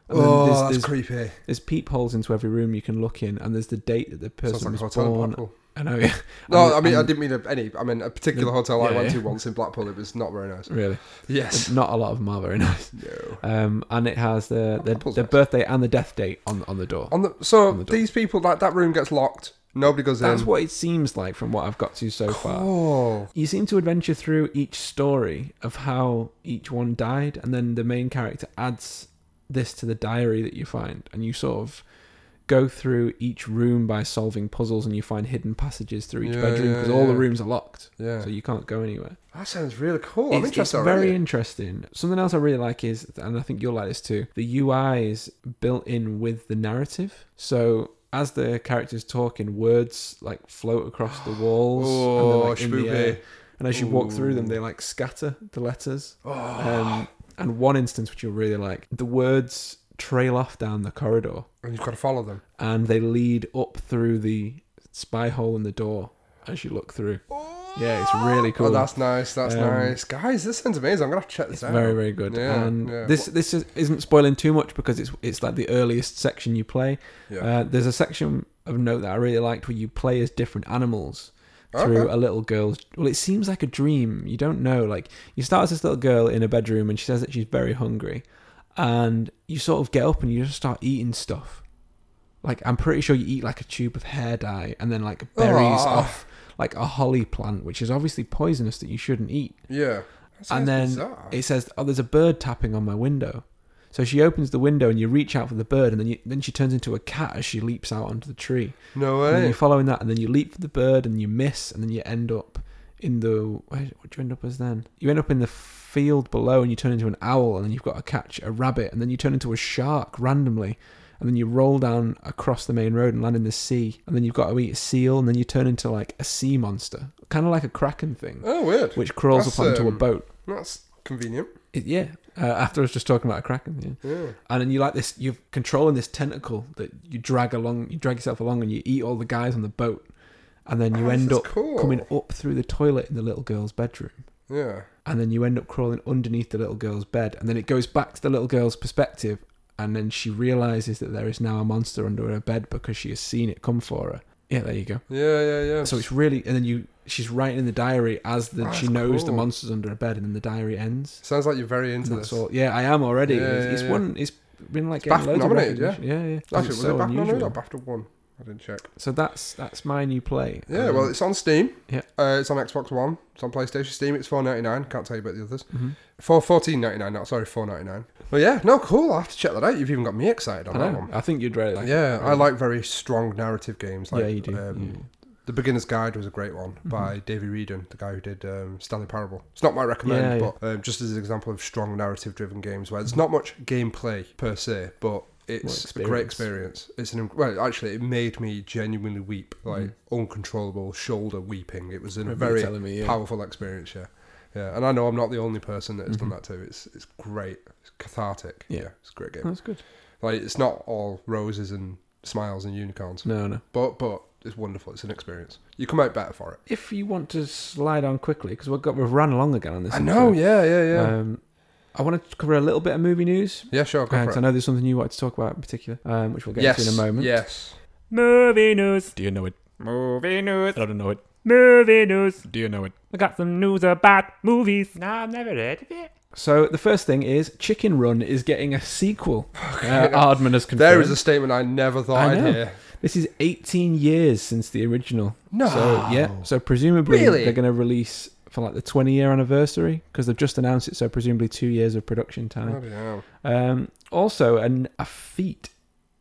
And then
oh,
there's-
that's
there's-
creepy.
there's peepholes into every room you can look in, and there's the date that the
Sounds
person
like a
was
hotel in
born.
Blackpool.
I know, yeah.
No,
And-
I mean, I
and-
didn't mean a, any. I mean, a particular hotel I
yeah,
went
yeah.
to once in Blackpool. It was not very nice.
really.
Yes.
Not a lot of them are very nice.
No.
Um, and it has the the,
Apple's
the
nice.
birthday and the death date on on the door.
On the so
the door.
these people that that room gets locked. Nobody goes
That's
in.
what it seems like from what I've got to so far.
Oh.
You seem to adventure through each story of how each one died, and then the main character adds this to the diary that you find, and you sort of go through each room by solving puzzles, and you find hidden passages through each
Yeah,
bedroom
yeah,
because all the
yeah.
rooms are locked,
Yeah.
so you can't go anywhere.
That sounds really cool. I'm
it's,
interested.
it's very
already.
interesting. Something else I really like is, and I think you'll like this too, the UI is built in with the narrative. So as the characters talk in words, like float across the walls.
Oh,
and they're, like, in the air.
spooky.
And as you walk through them, they like scatter the letters.
Oh.
Um, and one instance which you'll really like, the words trail off down the corridor
and Oh, you've got to follow them.
and they lead up through the spy hole in the door as you look through. Yeah, it's really cool.
Oh, that's nice. That's
Um,
nice, guys. This sounds amazing. I'm gonna have to check this
it's
out.
very very good.
Yeah,
and
yeah.
this this is, isn't spoiling too much because it's it's like the earliest section you play.
Yeah.
Uh, there's a section of note that I really liked where you play as different animals through a little girl's. Well, it seems like a dream. You don't know. Like you start as this little girl in a bedroom and she says that she's very hungry, and you sort of get up and you just start eating stuff. Like I'm pretty sure you eat like a tube of hair dye and then like berries
Ah.
off like a holly plant, which is obviously poisonous that you shouldn't eat
yeah. That sounds
and then
bizarre.
it says, "Oh, there's a bird tapping on my window." So she opens the window, and you reach out for the bird, and then you, then she turns into a cat as she leaps out onto the tree.
no
And then
way.
you're following that, and then you leap for the bird, and you miss, and then you end up in the where, what do you end up as then? You end up in the field below, and you turn into an owl, and then you've got to catch a rabbit, and then you turn into a shark randomly. And then you roll down across the main road and land in the sea. And then you've got to eat a seal. And then you turn into like a sea monster, kind of like a kraken thing,
oh, weird.
which crawls
That's,
up onto a
um,
boat.
That's convenient.
It, yeah. Uh, after I was just talking about a kraken, yeah.
Yeah.
And then you like this, you're controlling this tentacle that you drag along, you drag yourself along, and you eat all the guys on the boat, and then you
Oh,
end
this is
up
cool.
coming up through the toilet in the little girl's bedroom,
Yeah.
and then you end up crawling underneath the little girl's bed, and then it goes back to the little girl's perspective, and then she realizes that there is now a monster under her bed because she has seen it come for her. Yeah, there you go.
Yeah. Yeah. Yeah.
So it's really, and then you, she's writing in the diary as the,
Oh, That's
she knows the
cool.
monster's under her bed, and then the diary ends.
sounds like you're very into
And
this.
that's all. Yeah, I am already.
Yeah,
it's
yeah,
it's
yeah.
won. It's been like
It's
getting
BAFTA
loads of
nominated, yeah.
recognition. yeah, yeah.
Actually,
It's so
was it BAFTA nominated
unusual.
or BAFTA one? I didn't check.
So that's that's my new play.
Yeah,
Um,
well, it's on Steam.
yeah.
Uh, it's on Xbox One. It's on PlayStation. Steam. It's four ninety nine. Can't tell you about the others.
Mhm.
For fourteen ninety nine. Not sorry, four ninety nine. Well, yeah. No, cool. I will have to check that out. You've even got me excited
I,
on that
know.
one.
I think you'd really like. it.
yeah, I like very strong narrative games. Like,
yeah, you do. Mm. Mm-hmm.
Um,
yeah.
The Beginner's Guide was a great one by Davey Reedon, the guy who did um, Stanley Parable. It's not my recommend,
Yeah, yeah.
but um, just as an example of strong narrative-driven games where there's not much gameplay per se, but it's a great experience. It's an well, actually, it made me genuinely weep, like uncontrollable shoulder weeping. It was an, a
Remember Mm. you
very
telling me, yeah.
powerful experience. Yeah, yeah, and I know I'm not the only person that has done that too. It's it's great. It's cathartic.
Mm-hmm. Yeah.
it's a great game.
Oh, That's good.
Like it's not all roses and smiles and unicorns,
No, no.
but but it's wonderful. It's an experience. You come out better for it.
If you want to slide on quickly, because we've got we've run along again on this.
I know.
episode.
Yeah, yeah, yeah.
Um, I want to cover a little bit of movie news.
yeah, sure. Go
Uh, 'cause I
for it.
know there's something you wanted to talk about in particular, um, which we'll get
yes.
to in a moment.
Yes.
Movie news.
Do you know it?
Movie news.
I don't know it.
Movie news.
Do you know it?
I got some news about movies. No, I've never heard of it.
So the first thing is Chicken Run is getting a sequel. Uh, Aardman has confirmed.
There is a statement I never thought
I
I'd
know.
hear.
This is 18 years since the original.
No.
So yeah. So presumably
Really?
they're going to release for like the 20 year anniversary because they've just announced it. So presumably two years of production time.
Bloody hell.
Um, also, an a feat,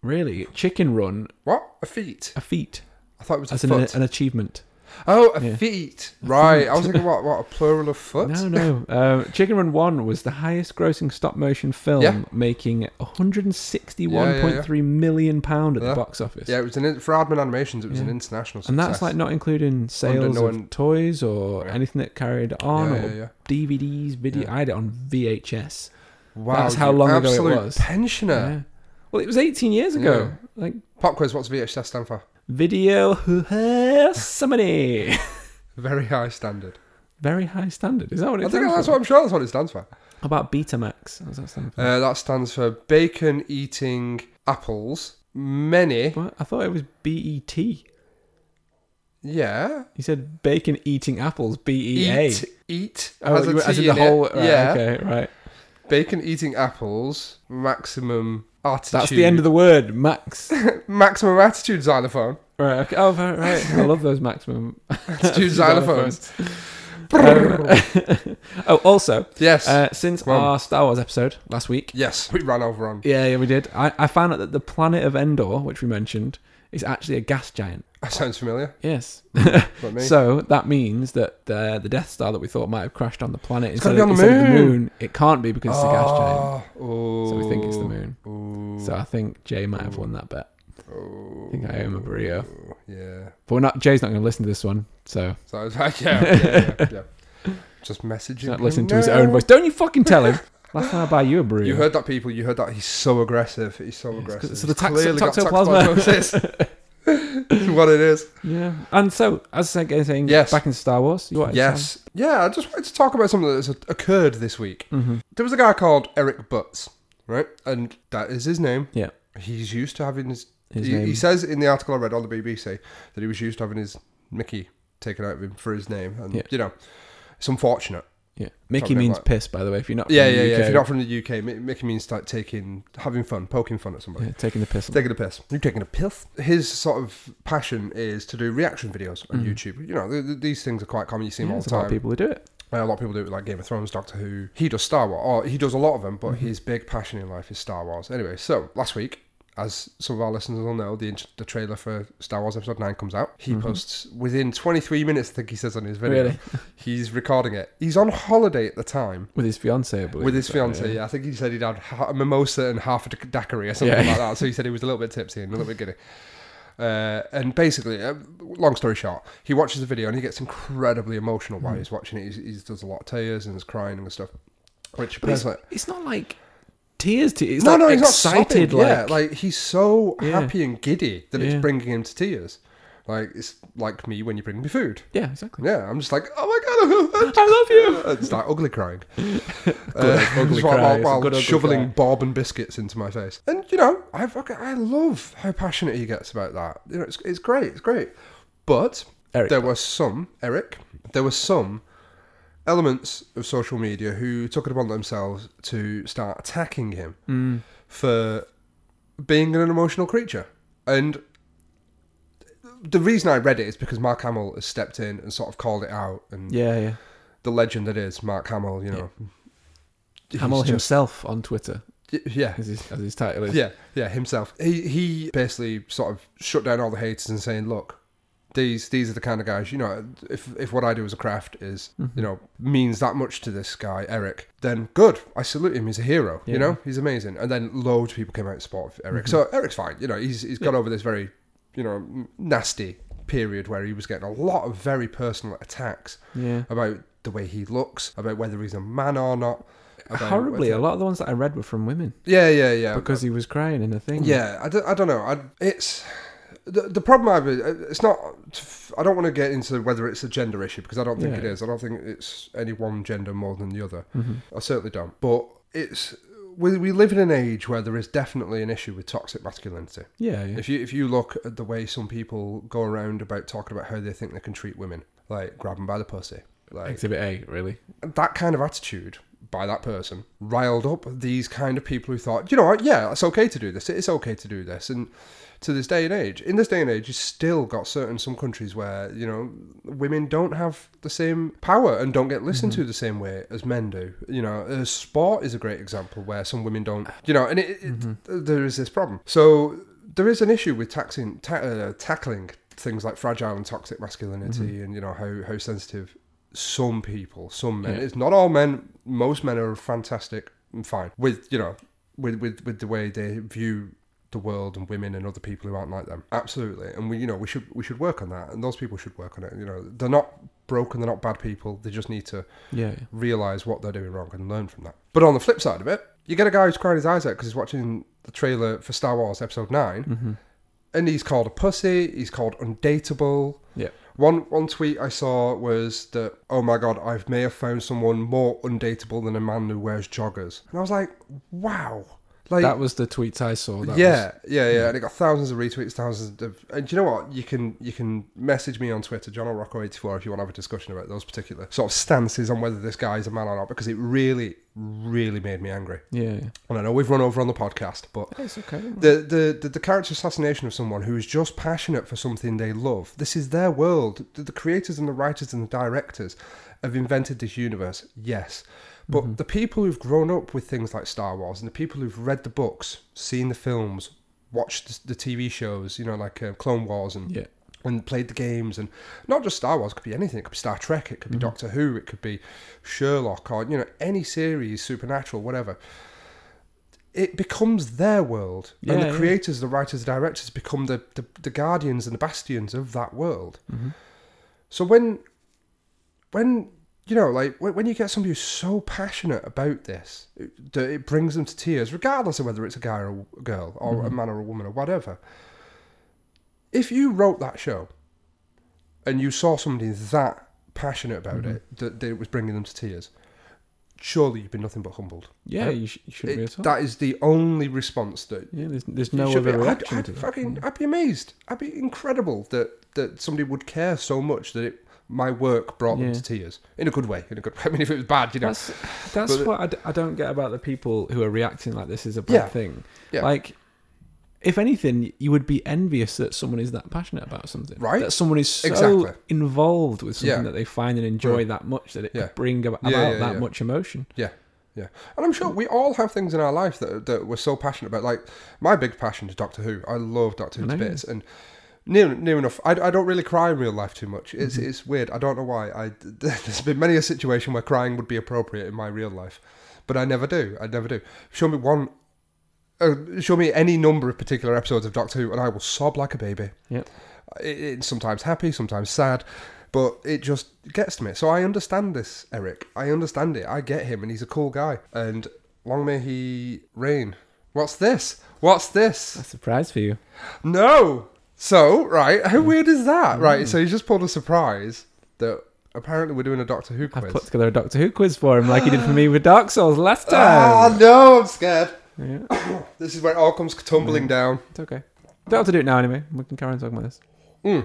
really, Chicken Run,
What? A feat?
a feat
I thought it was a
as an,
foot.
an achievement.
oh, a
yeah.
feet. Right. I was thinking, what? What? A plural of foot?
No, no. Um, Chicken Run One was the highest grossing stop motion film,
Yeah.
making 161.3 million pound at
Yeah.
the box office.
Yeah, it was an in- for Admin Animations. It was an
Yeah.
international success.
And that's like not including sales
no
of
one-
toys or
Yeah.
anything that carried on
Yeah,
or
yeah, yeah.
DVDs, video.
Yeah.
I had it on VHS.
wow,
that's how
you
long ago it
absolute
was.
Pensioner.
Yeah. Well, it was 18 years ago. Like
Pop quiz. What's VHS stand for?
video somebody.
Very high standard.
Very high standard. Is that what it
I think
stands
that's
for?
what I'm sure that's what it stands for.
About Betamax. What does that stand for?
Uh, that stands for bacon eating apples. Many,
What? I thought it was E BET. He
yeah.
said bacon eating apples. BEA.
Eat, eat.
E Oh,
has a
you- as
T
in the
in it.
whole. Right,
yeah.
Okay. Right.
Bacon eating apples. Maximum attitude.
That's the end of the word. Max.
maximum attitude xylophone.
Right. Okay. Oh, right. right. I love those maximum
Attitude xylophones.
Um, oh, also,
Yes.
uh, since
Come on.
our Star Wars episode last week,
yes. We ran over on.
yeah, yeah, we did. I, I found out that the planet of Endor, which we mentioned, is actually a gas giant.
That sounds familiar.
Yes.
Not me.
so that means that uh, the the Death Star that we thought might have crashed on the planet instead,
gotta be
of,
on the
instead of the
moon.
moon, it can't be because it's a gas giant.
Ah, oh,
So we think it's the moon.
oh,
So I think Jay might have won that bet. I think I owe him a burrito.
yeah.
But we're not. Jay's not going to listen to this one, so
So I was like, yeah, yeah, yeah. yeah. Just messaging.
he's not
him
listening to his
now.
own voice. Don't you fucking tell him. Last time I buy you a burrito.
You heard that, people. You heard that. He's so aggressive. He's so aggressive.
it's 'cause- so the
He's
tax-
clearly got
toxoplasma.
toxoplasmosis. what it is.
Yeah. And so, as I was saying,
Yes.
back in Star Wars, you wanted to
Yes. Yeah, I just wanted to talk about something that's occurred this week. Mm-hmm. There was a guy called Eric Butts, right? And that is his name.
say- Yeah.
He's used to having his.
His
he, he
name.
says in the article I read on the BBC that he was used to having his Mickey taken out of him for his name. And,
Yeah.
you know, it's unfortunate.
Yeah. Mickey
Talking
means
about-
piss, by the way, if you're not.
Yeah,
from the
yeah, yeah.
UK.
If you're not from the UK, Mi- Mickey means like taking, having fun, poking fun at somebody.
Yeah, taking the piss. on
Taking a piss. You're taking a piff. His sort of passion is to do reaction videos on YouTube. You know, th- th- these things are quite common. You see them
Yeah,
all
there's
the
a lot
time.
of people who do it.
Uh, a lot of people do it with like Game of Thrones, Doctor Who. He does Star Wars. Or he does a lot of them, but his big passion in life is Star Wars. Anyway, so last week, as some of our listeners will know, the, int- the trailer for Star Wars Episode 9 comes out. He posts within 23 minutes, I think he says on his video.
Really?
He's recording it. He's on holiday at the time.
With his fiance, I believe.
With his
so,
fiance,
yeah.
yeah. I think he said he'd had ha- a mimosa and half a d- daiquiri or something
Yeah.
like that. So he said he was a little bit tipsy and a little bit giddy. Uh, and basically, uh, long story short, he watches the video and he gets incredibly emotional
Hmm.
while he's watching it. He's, he does a lot of tears and is crying and stuff. Which
But it's,
personally,
it's not like tears. To, it's
no,
like
no, he's
excited.
not sobbing.
like,
yeah, like he's so
Yeah.
happy and giddy that
Yeah.
it's bringing him to tears. Like it's like me when you bring me food.
yeah, exactly.
Yeah, I'm just like, oh my god,
I love you.
and start ugly crying.
ugly
Just
cry,
while- while-
it's a
while
good ugly
shoveling
cry.
Bob and biscuits into my face. And you know, I fucking, I love how passionate he gets about that. You know, it's, it's great, it's great. But
Eric
there were some Eric, there were some elements of social media who took it upon themselves to start attacking him
Mm.
for being an emotional creature. And the reason I read it is because Mark Hamill has stepped in and sort of called it out and
Yeah, yeah.
the legend that is Mark Hamill, you know. He's
Hamill
just-
himself on Twitter,
yeah.
as his, as his title is.
Yeah, yeah, himself. He he basically sort of shut down all the haters and saying, "Look, these these are the kind of guys. You know, if if what I do as a craft is
Mm-hmm.
you know means that much to this guy Eric, then good. I salute him. He's a hero.
Yeah. Mm-hmm.
You know, he's amazing. And then loads of people came out in support of Eric. So Eric's fine. You know, he's he's got over this very you know n- nasty period where he was getting a lot of very personal attacks
Yeah.
about the way he looks, about whether he's a man or not. about
Horribly,
whether-
a lot of the ones that I read were from women
Yeah, yeah, yeah.
because he was crying in a thing.
Yeah, I don't, I don't know. I, it's the, the problem I've uh, it's not. I don't want to get into whether it's a gender issue because I don't think it
Yeah.
is. I don't think it's any one gender more than the other.
Mm-hmm.
I certainly don't. But it's we, we live in an age where there is definitely an issue with toxic masculinity.
yeah, yeah.
If you if you look at the way some people go around about talking about how they think they can treat women, like grab them by the pussy, like
Exhibit A, really.
that kind of attitude by that person riled up these kind of people who thought, you know what, yeah, it's okay to do this. It's okay to do this. And to this day and age, in this day and age, you still got certain some countries where, you know, women don't have the same power and don't get listened to the same way as men do. You know, uh, sport is a great example where some women don't, you know, and it, it, there is this problem. So there is an issue with taxing, ta- uh, tackling things like fragile and toxic masculinity and, you know, how, how sensitive some people, some men.
Yeah.
It's not all men. Most men are fantastic and fine with you know with with with the way they view the world and women and other people who aren't like them. Absolutely, and we you know we should we should work on that, and those people should work on it. You know, they're not broken, they're not bad people. They just need to
Yeah. yeah.
realize what they're doing wrong and learn from that. But on the flip side of it, you get a guy who's crying his eyes out because he's watching the trailer for Star Wars Episode 9
Mm. Mm-hmm.
and he's called a pussy. He's called undateable.
Yeah.
One one tweet I saw was that oh my god, I may have found someone more undateable than a man who wears joggers, and I was like, wow, like
That was the tweets I saw. That
yeah, yeah, yeah, and it got thousands of retweets, thousands of. And do you know what? You can you can message me on Twitter, John Rocco eighty four, if you want to have a discussion about those particular sort of stances on whether this guy is a man or not, because it really, really made me angry.
Was, yeah. yeah.
And I know we've run over on the podcast, but
It's okay. don't worry.
the, the, the, the character assassination of someone who is just passionate for something they love. This is their world. The, the creators and the writers and the directors have invented this universe, yes. But the people who've grown up with things like Star Wars and the people who've read the books, seen the films, watched the, the TV shows, you know, like uh, Clone Wars and
Yeah.
and played the games and not just Star Wars, it could be anything. It could be Star Trek, it could
Mm-hmm.
be Doctor Who, it could be Sherlock or you know, any series, supernatural, whatever. It becomes their world. and
Yeah,
the
yeah.
creators, the writers, the directors become the, the, the guardians and the bastions of that world.
Mm-hmm.
So when when you know, like when, when you get somebody who's so passionate about this it, that it brings them to
Mm-hmm.
tears, regardless of whether it's a guy or a girl or a man or a woman or whatever, If you wrote that show and you saw somebody that passionate about
Mm-hmm.
it that, that it was bringing them to tears, surely you've been nothing but humbled.
Yeah, you, sh- you shouldn't be
It-
at all.
that is the only response that
yeah, there's, there's
you
no
should be.
other
I'd,
reaction
I'd,
to that.
fucking, I'd be amazed. I'd be incredible that, that somebody would care so much that it, my work brought
Yeah.
them to tears in a good way. In a good. I mean, if it was bad, you know,
That's that's
But-
what I, d- I don't get about the people who are reacting like this is a bad
Yeah.
thing.
Yeah.
Like, if anything, you would be envious that someone is that passionate about something.
Right.
That someone is so
Exactly.
involved with something
Yeah.
that they find and enjoy
Right.
that much that it
Yeah.
could bring ab-
Yeah,
about
yeah,
that
yeah.
much emotion.
Yeah, yeah. And I'm sure we all have things in our life that, that we're so passionate about. Like, my big passion is Doctor Who. I love Doctor Who to
know.
bits. And near, near enough, I, I don't really cry in real life too much. It's, it's weird. I don't know why. I, there's been many a situation where crying would be appropriate in my real life. But I never do. I never do. Show me one. Uh, show me any number of particular episodes of Doctor Who, and I will sob like a baby.
Yep.
It, it's sometimes happy, sometimes sad, but it just gets to me. So I understand this, Eric. I understand it. I get him, and he's a cool guy. And long may he reign. What's this? What's this?
That's a surprise for you.
No. So right,
Hmm.
how weird is that? Right. So he's just pulled a surprise that apparently we're doing a Doctor Who
I've
quiz.
put together a Doctor Who quiz for him, like he did for me with Dark Souls last time.
Ah, no! I'm scared. this is where it all comes tumbling down.
It's okay. Don't have to do it now anyway. We can carry on talking about this.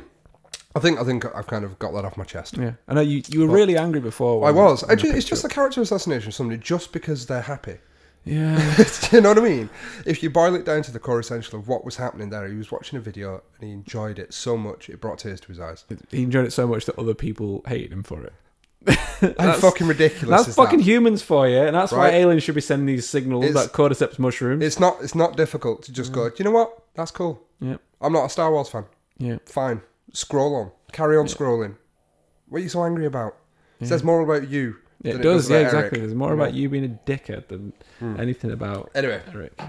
I think I think I've kind of got that off my chest.
Yeah. I know you, you were really angry before.
I
when-
was.
when
I ju-
picked
it's
you
just a
up.
character assassination of somebody just because they're happy.
Yeah.
Do you know what I mean? If you boil it down to the core essential of what was happening there, he was watching a video and he enjoyed it so much it brought tears to his eyes.
he enjoyed it so much that other people hated him for it.
How fucking ridiculous
That's
is
fucking
that?
humans for you, and that's
Right.
why aliens should be sending these signals
It's-
about cordyceps mushrooms.
It's not. It's not difficult to just go. Do you know what? That's cool.
Yeah,
I'm not a Star Wars fan.
yeah.
Fine. Scroll on. Carry on scrolling. What are you so angry about? It says more about you.
Yeah,
than
it does, yeah,
about Eric. Hmm.
exactly. There's more
You know?
about you being a dickhead than anything about
Anyway,
Eric.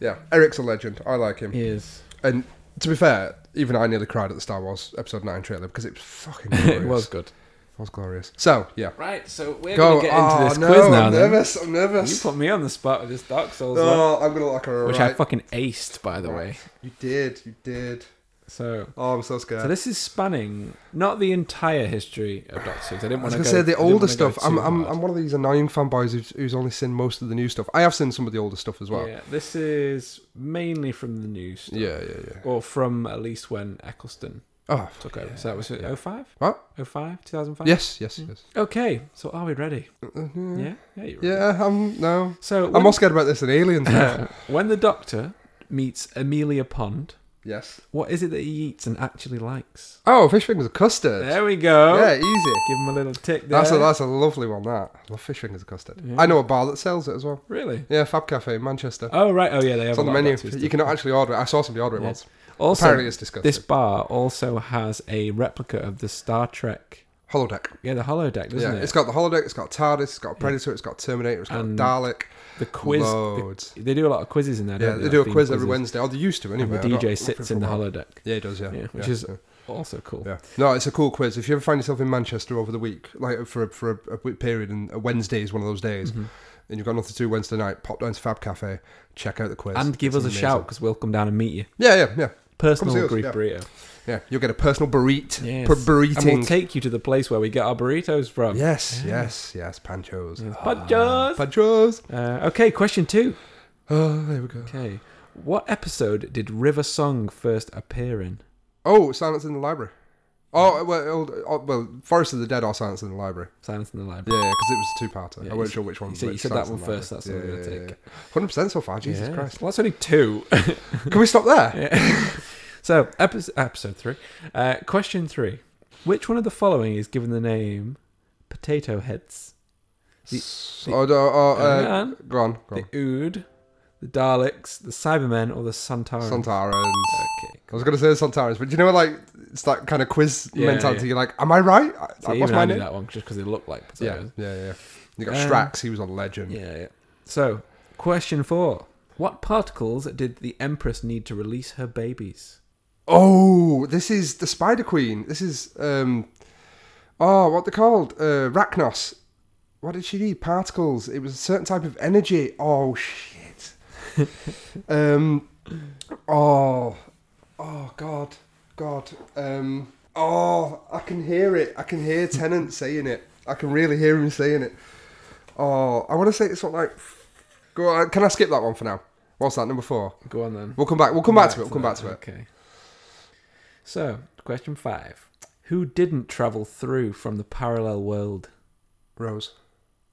yeah, Eric's a legend. I like him.
He is.
And to be fair, even I nearly cried at the Star Wars Episode Nine trailer because it was fucking. Glorious.
It was good.
It was glorious. So yeah.
Right, so we're going
Go.
to get into
Oh,
this
no,
quiz now.
I'm
then.
nervous. I'm
You
nervous.
put me on the spot with this Dark Souls one,
Oh, I'm gonna look like a
which I
right.
fucking aced, by the way.
You did. You did.
So.
Oh, I'm so scared.
So this is spanning not the entire history of Doctor Who. 'cause I didn't
I was
want to
gonna say the older stuff. I'm, I'm, I'm
i
one of these annoying fanboys who's, who's only seen most of the new stuff. I have seen some of the older stuff as well. Yeah,
Yeah, this is mainly from the news. stuff.
yeah, yeah.
or from at least when Eccleston
Oh, f-
took over. So that was 05?
what?
05? 2005?
Yes, yes, yes.
Okay, so are we ready? Hmm. Yeah? Yeah, you're ready.
Mm. Yeah, I'm no.
So
I'm
when,
more scared about this than aliens. now.
when the Doctor meets Amelia Pond,
yes.
what is it that he eats and actually likes?
Oh, fish fingers and custard.
There we go.
Yeah, easy.
Give him a little tick there.
That's a, that's a lovely one. That I love fish fingers and custard. I know a bar that sells it as well.
Really?
Yeah, Fab Cafe in Manchester.
Oh, right. Oh, yeah, they have
it's on
a
the
lot of
menu.
Doctor Who
You
stuff.
cannot actually order it. I saw somebody order it
Yeah.
once.
Also,
Apparently, it's disgusting.
this bar also has a replica of the Star Trek.
holodeck.
Yeah, the holodeck, doesn't
Yeah,
it?
it? has got the holodeck. It's got Tardis. It's got Predator. It's got Terminator. It's got
And
Dalek.
the quiz.
Loads.
they do a lot of quizzes in there.
Yeah,
don't
they do a
Like
quiz
themed
every
quizzes.
Wednesday. Oh, they used to anyway.
The
I don't-
DJ
I don't
sits in the
remember.
holodeck.
Yeah, he does. Yeah,
Yeah, which
Yeah,
is
yeah.
also cool.
Yeah. No, it's a cool quiz. If you ever find yourself in Manchester over the week, like for a, for a, a week period, and a Wednesday is one of those days,
Mm-hmm.
and you've got nothing to do Wednesday night, pop down to Fab Cafe, check out the quiz,
And give
It's
us a
amazing.
shout because we'll come down and meet you.
Yeah, yeah, yeah, see
Personal
us,
grief
yeah.
burrito.
yeah. You'll get a personal burrito.
Yes.
Per- burrito.
And we'll take you to the place where we get our burritos from.
yes, yes, yes. Panchos. Ah,
Podgers.
Panchos.
Uh, okay, question two.
Oh, there we go.
Okay. What episode did River Song first appear in?
Oh, Silence in the Library. Oh, well, old- oh, well Forest of the Dead or Silence in the Library.
Silence in the Library.
Yeah, because it was a two-parter.
Yeah,
I
you
wasn't
s-
sure which one.
you said- you
which
said that
Silence in
one
the
first, that's
Library.
the one we're gonna take.
Hundred percent so far. Jesus
Yeah.
Christ!
Well, that's only two.
Can we stop there?
so, episode, episode three. Uh, question three. Which one of the following is given the name Potato Heads?
Oh, no, oh, uh,
Hang on.
go on, go
The
on.
Ood, the Daleks, the Cybermen, or the
Oh.
Santarans?
Santarans.
Okay.
I was gonna say Santarans, but you know, like it's that kind of quiz
Yeah,
mentality.
yeah.
You're like, am I right?
So
I- Uh, What's
even
my
I knew
name?
that one just because they look like
Yeah, Hmm.
potatoes.
yeah, yeah. You got
Um,
Strax. He was a legend.
Yeah. yeah, So, question four: What particles did the Empress need to release her babies?
Oh, this is the Spider Queen. This is um, oh, what they called? Uh, Rachnos. What did she need? Particles. It was a certain type of energy. Oh shit. um, oh, Oh God, God. Um, oh, I can hear it. I can hear Tennant saying it. I can really hear him saying it. Oh, I want to say it's not like. Go. On, can I skip that one for now? What's that number four?
Go on then.
We'll come back. We'll come back to it. We'll come back to it.
Okay. So, question five. Who didn't travel through from the parallel world?
Rose.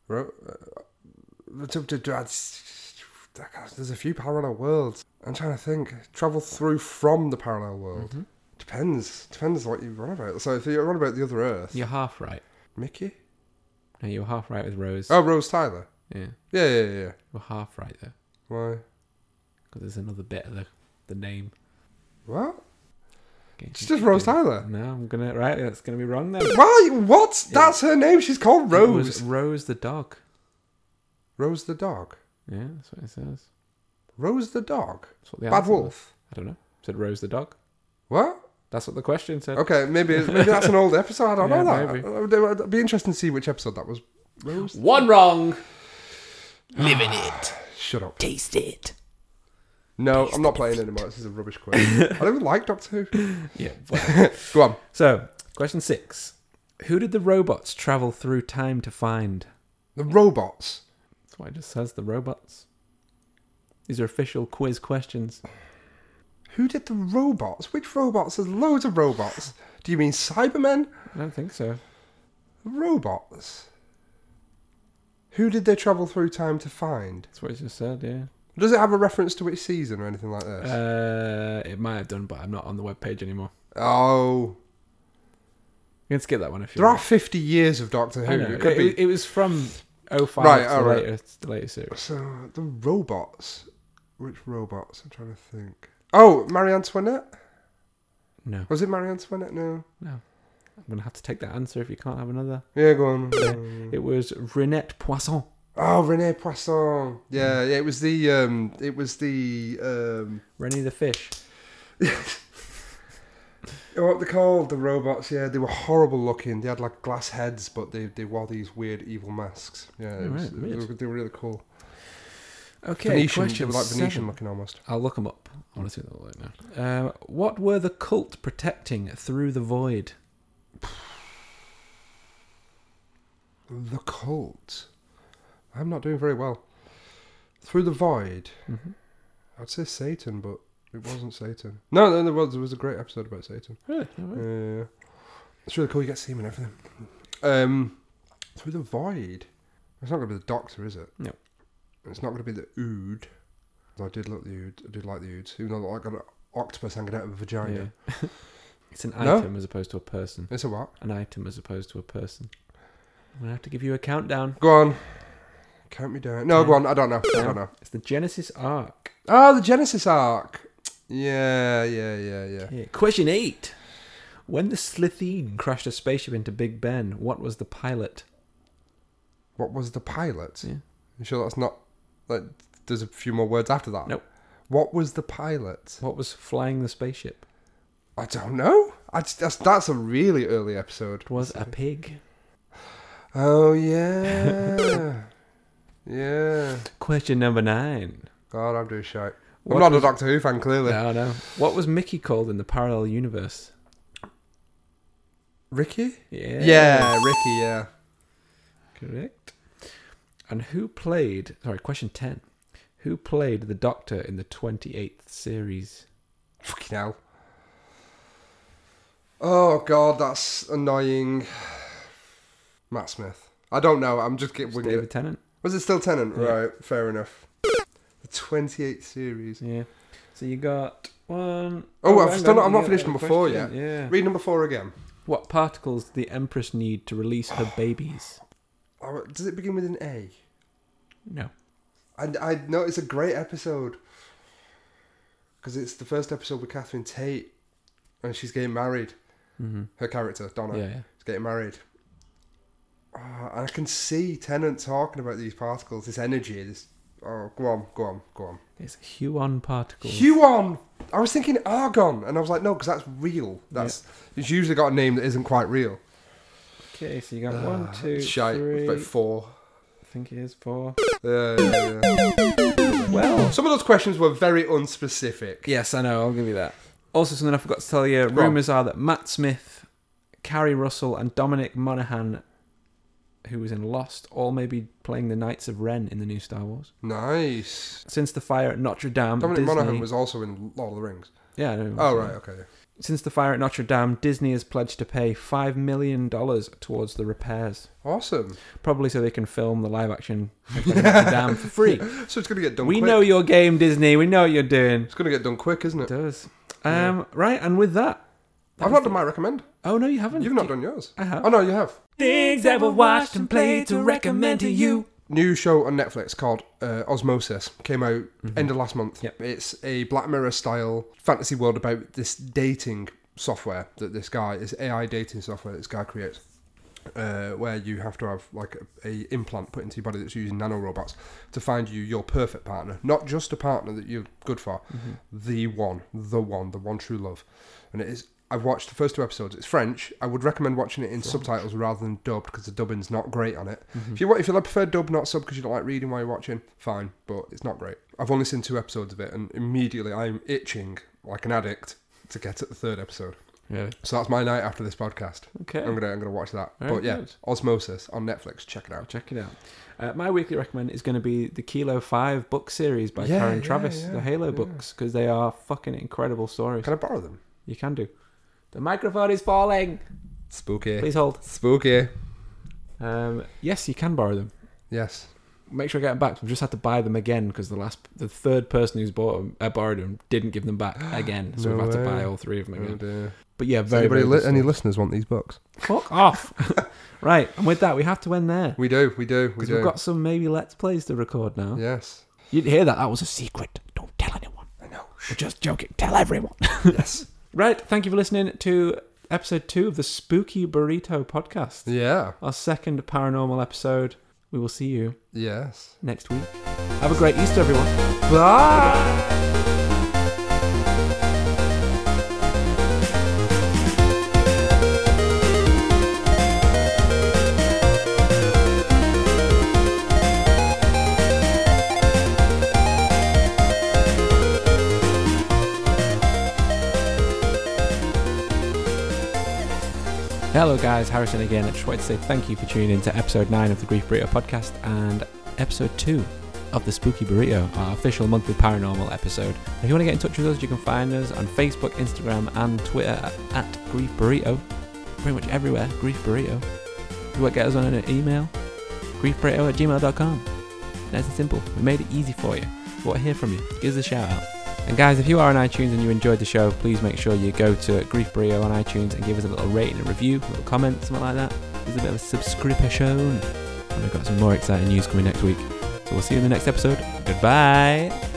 Ro- uh, d- d- d- that's- There's a few parallel worlds. I'm trying to think. Travel through from the parallel world.
Mm-hmm.
Depends. Depends what you run about. So if you're on about the other Earth,
You're half right.
Mickey.
No, you're half right with Rose.
Oh, Rose Tyler.
Yeah.
Yeah, yeah, yeah, yeah.
You're half right there.
Why?
Because there's another bit of the, the name.
What?
Okay,
It's just Rose Tyler.
No, I'm gonna right. That's gonna be wrong then.
Why? What? That's her name. She's called
It was
Rose.
Rose the dog.
Rose the dog.
Yeah, that's what it says.
Rose the dog.
That's what the
Bad
answer was.
Wolf.
I don't know. It said Rose the dog.
What?
That's what the question said.
Okay, maybe maybe that's an old episode. I don't
Yeah,
know that. Maybe. It'd be interesting to see which episode that was. Rose.
One wrong.
Shut up.
Taste it.
No, I'm not playing anymore. This is a rubbish quiz. I don't even like Doctor Who.
Yeah. whatever.
Go on.
so, question six: Who did the robots travel through time to find?
The robots.
That's why it just says the robots. These are official quiz questions.
Who did the robots? Which robots? There's loads of robots. Do you mean Cybermen?
I don't think so.
Robots. Who did they travel through time to find?
That's what it just said. Yeah.
Does it have a reference to which season or anything like this?
Uh, it might have done, but I'm not on the web page anymore.
oh,
You can skip that one if you
there are
want.
50 years of Doctor
I
Who.
know.
It could
it,
be.
it was from 05
Right,
to the,
alright.
later, to the later series.
so the robots. Which robots? I'm trying to think. Oh, Marie Antoinette.
No,
Was it Marie Antoinette? No.
no. I'm going to have to take that answer if you can't have another.
Yeah, go on.
It was Renette Poisson.
Oh, Rene Poisson. Yeah, yeah. It was the um, it was the um,
Rennie the Fish.
oh, what they called the robots. Yeah, they were horrible looking. They had like glass heads, but they, they wore these weird evil masks. Yeah, it
Oh,
was,
right, weird.
they, were, they were really cool.
Okay,
Venetian, they
question
were like Venetian
seven.
looking almost.
I'll look them up. I want to see what they look like now. Um, what were the cult protecting through the void?
The cult. I'm not doing very well. Through the void.
Mm-hmm.
I'd say Satan, but it wasn't Satan. No, no, there was there was a great episode about Satan.
Really?
Yeah. It's really cool. You get to see him and everything. Um, through the void. It's not going to be the Doctor, is it?
No.
It's not going to be the Ood. Though I did look the Ood. I did like the Ood. Even though I got an octopus hanging out of a vagina.
it's an
No?
item as opposed to a person.
It's a what?
An item as opposed to a person. I'm going to have to give you a countdown.
Go on. Count me down. No, go on. I don't know. I don't know.
It's the Genesis Ark.
Oh, the Genesis arc. Yeah, yeah, yeah, yeah.
Yeah. Question eight. When the Slitheen crashed a spaceship into Big Ben, what was the pilot?
What was the pilot?
Yeah.
You sure that's not. Like, there's a few more words after that.
Nope.
What was the pilot?
What was flying the spaceship?
I don't know. I just- that's, that's a really early episode.
It was a pig.
Oh yeah, yeah.
Question number nine.
God, I'm doing shite.
What
I'm not
was-
a Doctor Who fan, clearly.
No, no. What was Mickey called in the parallel universe?
Ricky?
Yeah.
Yeah. Ricky. Yeah.
Correct. And who played? Sorry, question ten. Who played the Doctor in the twenty-eighth series?
Fucking hell. Oh God, that's annoying. Matt Smith. I don't know. I'm just getting. winging
David
it.
Tennant.
Was it still Tennant? Right. Fair enough. The 28th series.
Yeah. So you got one.
Oh, I've
hang
still
on,
not- I've
you
not
got
finished
another
number four
question.
yet.
Yeah.
Read number four again.
What particles did the Empress need to release her babies?
Oh, Does it begin with an A?
No.
And I know it's a great episode because it's the first episode with Catherine Tate, and she's getting married. Mm-hmm. Her character Donna
Yeah, yeah.
is getting married. Ah, and I can see Tennant talking about these particles, this energy. This oh, go on, go on, go on.
It's Huon particles.
Huon. I was thinking argon, and I was like, no, because that's real. That's it's usually got a name that isn't quite real.
okay, so you got one, two,
Ah, Shite,
three.
like four.
I think it is four.
Yeah, yeah, yeah.
Well.
Some of those questions were very unspecific.
Yes, I know. I'll give you that. Also, something I forgot to tell you
on.
rumours are that Matt Smith, Carrie Russell, and Dominic Monaghan, who was in Lost, all may be playing the Knights of Ren in the new Star Wars.
Nice.
Since the fire at Notre Dame.
Dominic
Disney-
Monaghan was also in Lord of the Rings.
Yeah, I know.
Oh, right, okay.
Since the fire at Notre Dame, Disney has pledged to pay $5 million towards the repairs.
Awesome.
Probably so they can film the live action of Notre Dame for free.
So it's going to get done
We
quick.
know your game, Disney. We know what you're doing.
It's going to get done quick, isn't
It
it?
does. Um, Right, and with that. that
I've
was
not done my recommend.
the- Oh, no, you haven't.
You've not done yours.
I have.
Oh, no, you have.
Things that were watched and played to recommend to you.
new show on Netflix called uh, Osmosis came out end of last month.
Yep.
It's a Black Mirror style fantasy world about this dating software that this guy, this AI dating software this guy creates. Uh, where you have to have like a, a implant put into your body that's using nanorobots to find you your perfect partner, not just a partner that you're good for, the one, the one, the one true love. And it is. I've watched the first two episodes. It's French. I would recommend watching it in subtitles rather than dubbed because the dubbing's not great on it. If you wa- if you prefer dub not sub because you don't like reading while you're watching, fine, but it's not great. I've only seen two episodes of it, and immediately I'm itching like an addict to get at the third episode.
Really?
So that's my night after this podcast.
Okay.
I'm gonna I'm gonna watch that.
Very
but yeah,
good.
Osmosis on Netflix. Check it out.
Check it out. Uh, my weekly recommend is going to be the Kilo 5 book series by
Yeah,
Karen
yeah,
Travis,
yeah,
the Halo
yeah.
books, because they are fucking incredible stories.
Can I borrow them?
You can do. The microphone is falling.
Spooky.
Please hold.
Spooky.
Um, yes, you can borrow them.
Yes.
Make sure I get them back. We've just had to buy them again because the last, the third person who's bought them, uh, borrowed them didn't give them back again. So
No
we've had to
way.
buy all three of them
Oh
again.
dear.
But yeah,
Does
very.
anybody
very
li-
good
any
stuff.
listeners want these books?
Fuck off. right, and with that, we have to end there
We do. We do. We
because
do.
we've got some maybe let's plays to record now.
Yes.
You'd hear that. That was a secret. Don't tell anyone. I know. We're just joking. Tell everyone.
Yes.
right. Thank you for listening to episode two of the Spooky Burrito podcast.
yeah.
Our second paranormal episode. We will see you
Yes.
next week. Have a great Easter, everyone. Hello, guys. Harrison again. I just wanted to say thank you for tuning in to episode 9 of the Grief Burrito podcast and episode 2 of the Spooky Burrito, our official monthly paranormal episode. If you want to get in touch with us, you can find us on Facebook, Instagram, and Twitter at, at Grief Burrito. Pretty much everywhere, Grief Burrito. If you want to get us on an email, griefburrito at gmail.com. Nice and simple. We made it easy for you. We want to hear from you. Give us a shout out. And guys, if you are on iTunes and you enjoyed the show, please make sure you go to Grief Brio on iTunes and give us a little rating and review, a little comment, something like that. There's a bit of a subscription. And we've got some more exciting news coming next week. So we'll see you in the next episode. Goodbye.